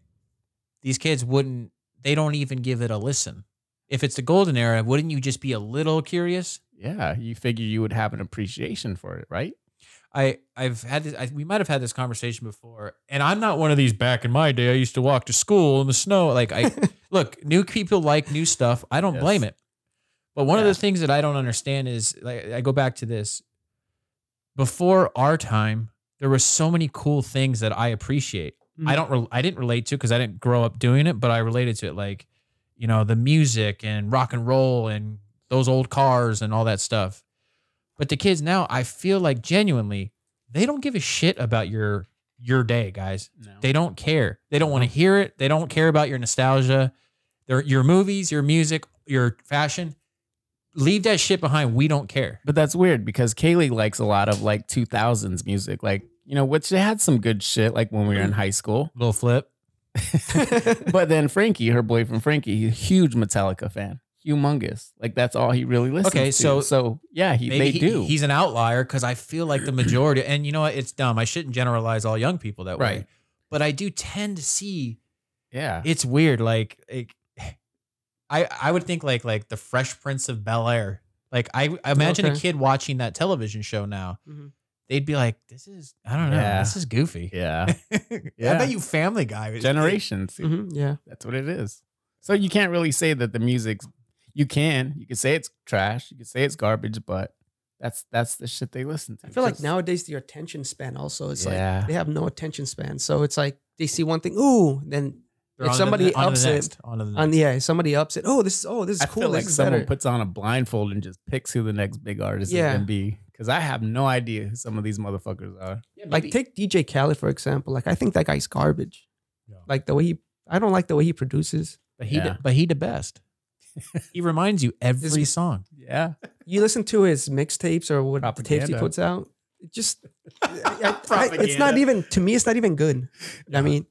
A: these kids wouldn't. They don't even give it a listen. If it's the golden era, wouldn't you just be a little curious?
B: yeah you figure you would have an appreciation for it right
A: I I've had this. I, we might have had this conversation before, and I'm not one of these. Back in my day, I used to walk to school in the snow. Like
B: [laughs]
A: I look, new people like new stuff. I don't
B: Yes.
A: blame it. But one of
B: Yeah.
A: the things that I don't understand is like I go back to this. Before our time, there were so many cool things that I appreciate. I
B: Mm.
C: Mhm.
A: don't. Re- I didn't relate to because I didn't grow up doing it, but I related to it. Like, you know, the music and rock and roll and those old cars and all that stuff. But the kids now, I feel like genuinely, they don't give a shit about your your day, guys.
B: no.
A: They don't care. They don't
B: Uh-huh.
A: want to hear it. They don't care about your nostalgia, their your movies, your music, your fashion. Leave that shit behind. We don't care.
B: But that's weird because Kaylee likes a lot of like 2000s music, like, you know, which they had some good shit like when we were in high school.
A: Little flip.
B: but then Frankie, her boyfriend Frankie, he's a huge Metallica fan, humongous. Like that's all he really listens
A: Okay,
B: to.
A: so-
B: so yeah, he,
A: Maybe
B: they
A: he-
B: do.
A: He's an outlier because I feel like the majority. And you know what? It's dumb. I shouldn't generalize all young people that way.
B: Right.
A: But I do tend to see
B: yeah,
A: it's [sighs] weird. Like, like I I would think like like the Fresh Prince of Bel Air Like I, I imagine a
C: Okay.
A: kid watching that television show now,
C: Mhm.
A: they'd be like, "This is I don't know,
B: Yeah.
A: this is goofy."
C: [laughs]
B: Yeah.
A: [laughs] I
B: Yeah.
A: bet you Family Guy was-
B: Generations.
C: hmm yeah.
B: That's what it is. So you can't really say that the music's you can. You can say it's trash. You can say it's garbage, but that's that's the shit they listen to.
C: I feel like
B: Just-
C: nowadays the attention span also is
B: Yeah.
C: like they have no attention span. So it's like they see one thing, ooh, then
A: They're
C: if
A: on to the
C: somebody
A: ne- on to the
C: ups it
A: next, on to the
C: on
A: next.
C: yeah, if somebody ups it, oh this is oh this is
B: Mm. I
C: cool.
B: feel
C: this
B: like
C: is
B: someone
C: better.
B: puts on a blindfold and just picks who the next big artist
C: Yeah.
B: is gonna be. Because I have no idea who some of these motherfuckers are.
C: like take DJ Khaled for example. Like I think that guy's garbage.
A: Yeah.
C: Like the way he I don't like the way he produces.
A: but he,
B: Yeah.
A: the- but he the [laughs] best. he reminds you every song.
C: [laughs]
B: Yeah.
C: You listen to his mixtapes or what the tapes he
B: Propaganda.
C: puts out.
B: [laughs]
C: It just I- I- it's not even to me. It's not even good. I mean,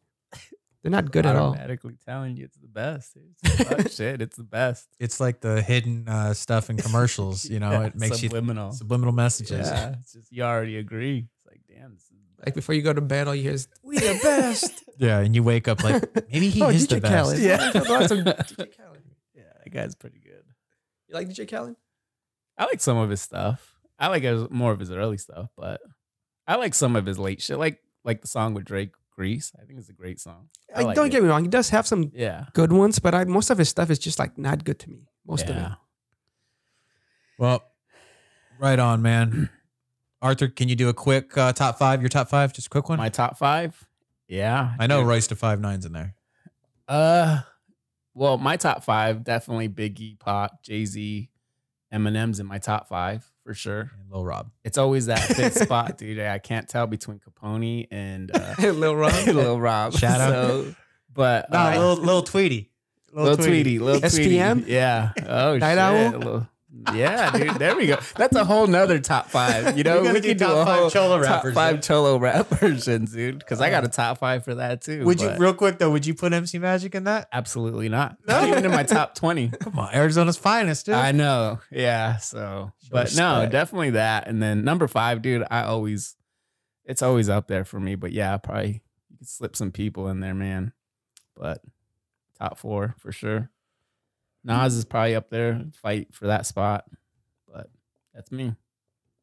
C: they're not good at all.
B: Automatically telling you it's the best. It's
C: [laughs]
B: fuck shit. It's the best.
A: It's like the hidden uh, stuff in [laughs] commercials. You know,
B: Yeah,
A: it makes you
B: subliminal.
A: subliminal messages.
B: Yeah. It's just you already agree. It's like, damn, this is
C: Like before you go to bed, all you hear is "We the best."
A: Yeah, and you wake up [laughs] like
C: [laughs]
A: maybe he
C: oh,
A: is
C: DJ
A: the best.
C: Khaled.
B: Yeah.
C: Lots [laughs] of DJ Khaled.
B: [laughs] yeah, that guy's pretty good.
C: You like DJ Khaled?
B: I like some of his stuff. I like his, more of his early stuff, but I like some of his late shit. Like like the song with Drake, Grease. I think it's a great song. I
C: Like,
B: like
C: don't
B: it.
C: get me wrong, he does have some
B: Yeah.
C: good ones, but I, most of his stuff is just like not good to me. Most of
B: Yeah.
C: it.
A: Well, right on,
B: [clears throat]
A: man. Arthur, can you do a quick uh, top five? Your top five, just a quick one.
B: My top five. Yeah.
A: I know
B: dude.
A: Royce to five nines in there.
B: Uh well, my top five, definitely Biggie, Pop, Jay-Z, Eminem's in my top five for sure.
A: And Lil Rob.
B: It's always that
A: [laughs]
B: fifth spot, dude. I can't tell between Capone and uh
C: [laughs] Lil Ron.
B: Lil Rob.
A: Shout out.
B: So, but uh,
A: Lil Tweety.
B: Little
A: [laughs]
B: Tweety, little
C: SPM?
B: Tweety. Yeah. Oh
C: Night
B: shit.
C: Owl?
B: Lil- yeah, dude. There we go. That's a whole nother top five. You know,
A: [laughs] We gotta
B: we
A: do
B: could do
A: top
B: a
A: five
B: whole
A: cholo
B: top
A: rappers,
B: five
A: dude.
B: cholo rap versions, dude. Because I got a top five for that too.
A: Would you
B: but
A: real quick though? Would you put MC Magic in that?
B: Absolutely not. Not even in my top twenty.
A: Come on, Arizona's finest, dude.
B: I know. Yeah. So, but no,
A: respect.
B: definitely that. And then number five, dude. I always, it's always up there for me. But yeah, probably you could slip some people in there, man. But top four for sure. Nas is probably up there, fight for that spot. But that's me.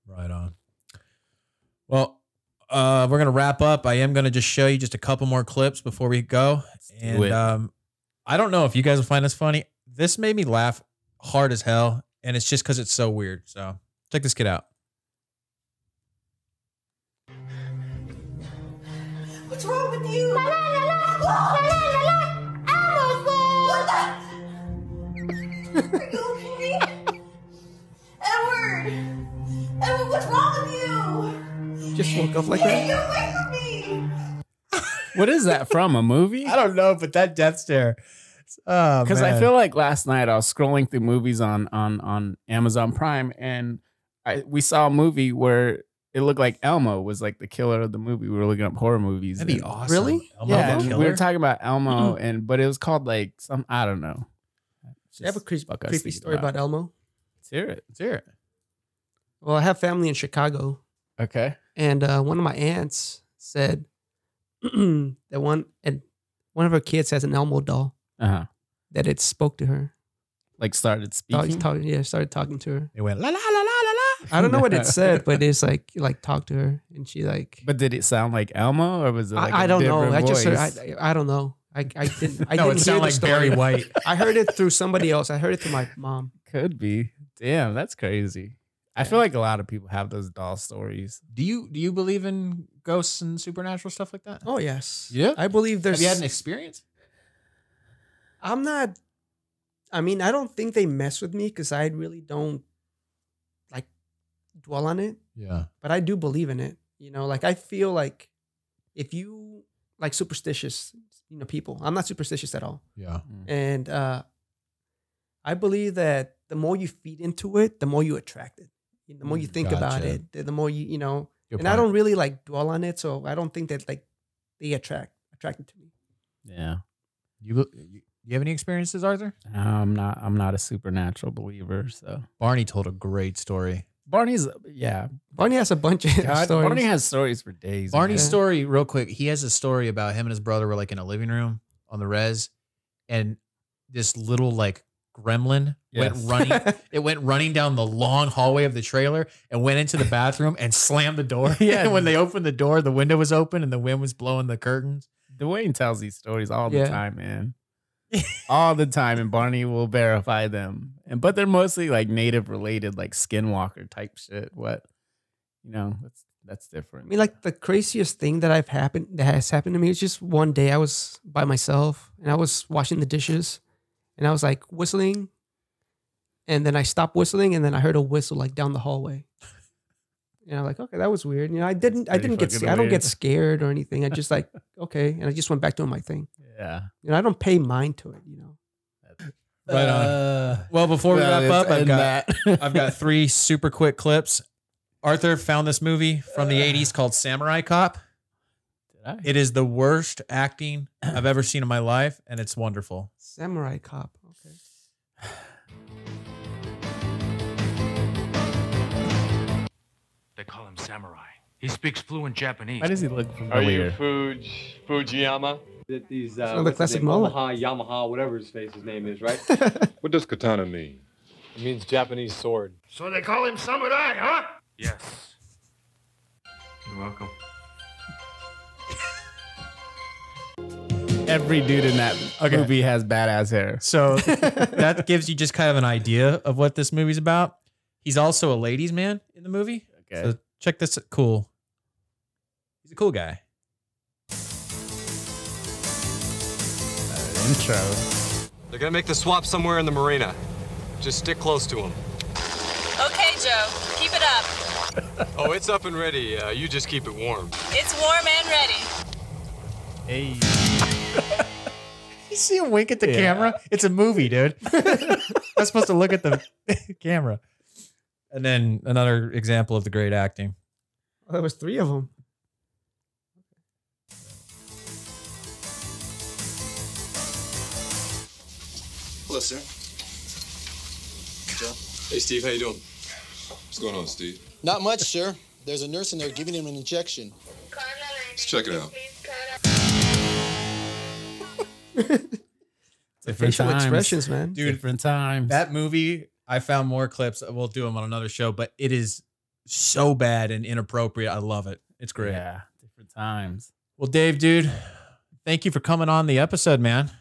A: Right on. Well, uh, we're gonna wrap up. I am gonna just show you just a couple more clips before we go.
B: do
A: And
B: it.
A: um, I don't know if you guys will find this funny. This made me laugh hard as hell, and it's just because it's so weird. So check this kid out.
J: What's wrong with you? La la la la. La la la la. I'm a fool. What the? Are you okay? Edward. Edward, what's wrong with you?
C: Just woke up like
J: Hey,
C: that.
J: get away from me.
B: What is that from? A movie?
A: [laughs] don't know, but that death stare. oh,
C: Oh,
B: because I feel like last night I was scrolling through movies on on on Amazon Prime, and I we saw a movie where it looked like Elmo was like the killer of the movie. We were looking up horror movies.
A: that'd be
B: and-
A: awesome.
C: Really?
A: Elmo the
B: Yeah, and we
A: Killer?
B: were talking about Elmo,
C: Mm-hmm.
B: and but it was called like some I don't know.
C: I have a creep,
B: Fuck, I was
C: creepy
B: thinking
C: story about Elmo.
B: Let's hear it. Let's hear it.
C: Well, I have family in Chicago,
B: Okay.
C: and uh, one of my aunts said [clears throat] that one and one of her kids has an Elmo doll
B: Uh huh.
C: that it spoke to her.
B: Like started
C: Talk,
B: speaking.
C: talk- yeah, started talking to her.
A: It went la la la la la
C: I don't know what it said, but it's like like talked to her, and she like.
B: But did it sound like Elmo, or was it? Like
C: I,
B: I
C: I don't know.
B: Voice?
C: I just heard, I, I I don't know. I, I didn't. I
A: la. [laughs] no, it
C: didn't hear
A: sounded
C: the
A: like
C: story.
A: Barry
C: [laughs]
A: White.
C: I heard it through somebody else. I heard it through my mom.
B: Could be. Damn, that's crazy. I feel like a lot of people have those doll stories.
A: do you do you believe in ghosts and supernatural stuff like that?
C: Oh yes.
A: Yeah?
C: I believe there's.
A: Have you had an experience?
C: I'm not. I mean, I don't think they mess with me because I really don't like dwell on it.
A: Yeah.
C: But I do believe in it. You know, like I feel like if you like superstitious, you know, people. I'm not superstitious at all,
A: Yeah.
C: and uh I believe that the more you feed into it, the more you attract it. The more you think about
A: Mm, Gotcha.
C: it, the- the more you you know. and I don't really like dwell on it, so I don't think that like they attract attracted to me.
B: Yeah.
A: You you you have any experiences, Arthur?
B: I'm not I'm not a supernatural believer, so
A: Barney told a great story.
B: Barney's
A: [laughs]
B: yeah.
C: Barney has a bunch of stories.
B: Barney has stories for days.
A: Barney's
C: Yeah.
A: story, real quick. He has a story about him and his brother were like in a living room on the res, and this little like gremlin
B: Yes.
A: went [laughs] running. it went running down the long hallway of the trailer and went into the bathroom and slammed the [laughs] door.
B: Yeah.
A: And when they opened the door, the window was open and the wind was blowing the curtains.
B: [laughs] Dwayne tells these stories all
C: Yeah.
B: the time, man.
A: [laughs]
B: all the time, and Barney will verify them. And but they're mostly like native related, like skinwalker type shit. What you know, that's that's
C: I
B: different.
C: mean, like the craziest thing that I've happened that has happened to me is just one day I was by myself and I was washing the dishes and I was like whistling. And then I stopped whistling and then I heard a whistle like down the hallway. And I'm like, okay, that was weird. You know, I didn't I
B: Pretty
C: didn't get
B: fucking
C: scared. I don't
B: weird.
C: get scared or anything. I
B: [laughs]
C: just like, okay. And I just went back doing my thing.
B: yeah.
C: You know, I don't pay mind to it, you know.
A: Right on.
B: uh,
A: Well, uh, before we wrap up, I've got [laughs] I've got three super quick clips. Arthur found this movie from the 80s called Samurai Cop.
B: Did I?
A: It is the worst acting I've ever seen in my life, and it's wonderful.
C: Samurai cop. Okay.
K: They call him Samurai. He speaks fluent Japanese.
B: Why does he look
L: Are you
B: familiar?
L: Fuj Fujiyama? That these uh,
C: Another
L: what's his
C: classic
L: name?
C: mullet.
L: Omaha, Yamaha, whatever his face his name is, right? what does katana mean? It means Japanese sword.
K: So they call him Samurai, huh? Yes.
D: You're welcome.
B: Every dude in that
A: Okay.
B: movie has badass hair.
A: So [laughs] that gives you just kind of an idea of what this movie's about. He's also a ladies' man in the movie.
B: Okay.
A: So check this cool. He's a cool guy.
B: intro.
M: They're gonna make the swap somewhere in the marina. Just stick close to them.
N: Okay, Joe, keep it up.
M: Oh, it's up and ready. Uh, you just keep it warm.
N: It's warm and ready.
B: Hey.
A: You see him wink at the
B: Yeah.
A: camera? It's a movie, [laughs] dude. I'm supposed to look at the [laughs] camera. And then another example of the great acting.
C: Oh, there was three of them.
M: Hello, sir. Joe. Hey, Steve. How you doing? What's going on, Steve?
O: Not much, sir. There's a nurse in there giving him an injection.
M: Let's check it out.
B: Different
A: facial
B: times.
A: expressions, man. Dude.
B: Different times.
A: That movie, I found more clips. We'll do them on another show, but it is so bad and inappropriate. I love it. It's great.
B: Yeah. Different times.
A: Well, Dave, dude, thank you for coming on the episode, man. Did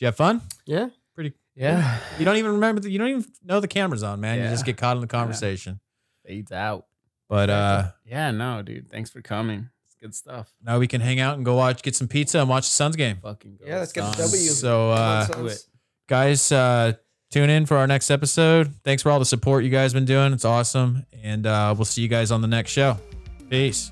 A: you have fun?
C: Yeah.
A: Pretty.
B: Yeah.
A: You don't even remember. The, you don't even know the camera's on, man. You
B: Yeah.
A: just get caught in the conversation.
B: Fades out.
A: But uh
B: Yeah, no, dude. Thanks for coming. It's good stuff.
A: now we can hang out and go watch, get some pizza, and watch the Suns game.
B: Fucking go.
C: Yeah, let's get the
B: Suns.
C: W.
A: So, uh,
C: Come on, Suns.
A: guys uh tune in for our next episode thanks for all the support you guys been doing it's awesome and uh we'll see you guys on the next show peace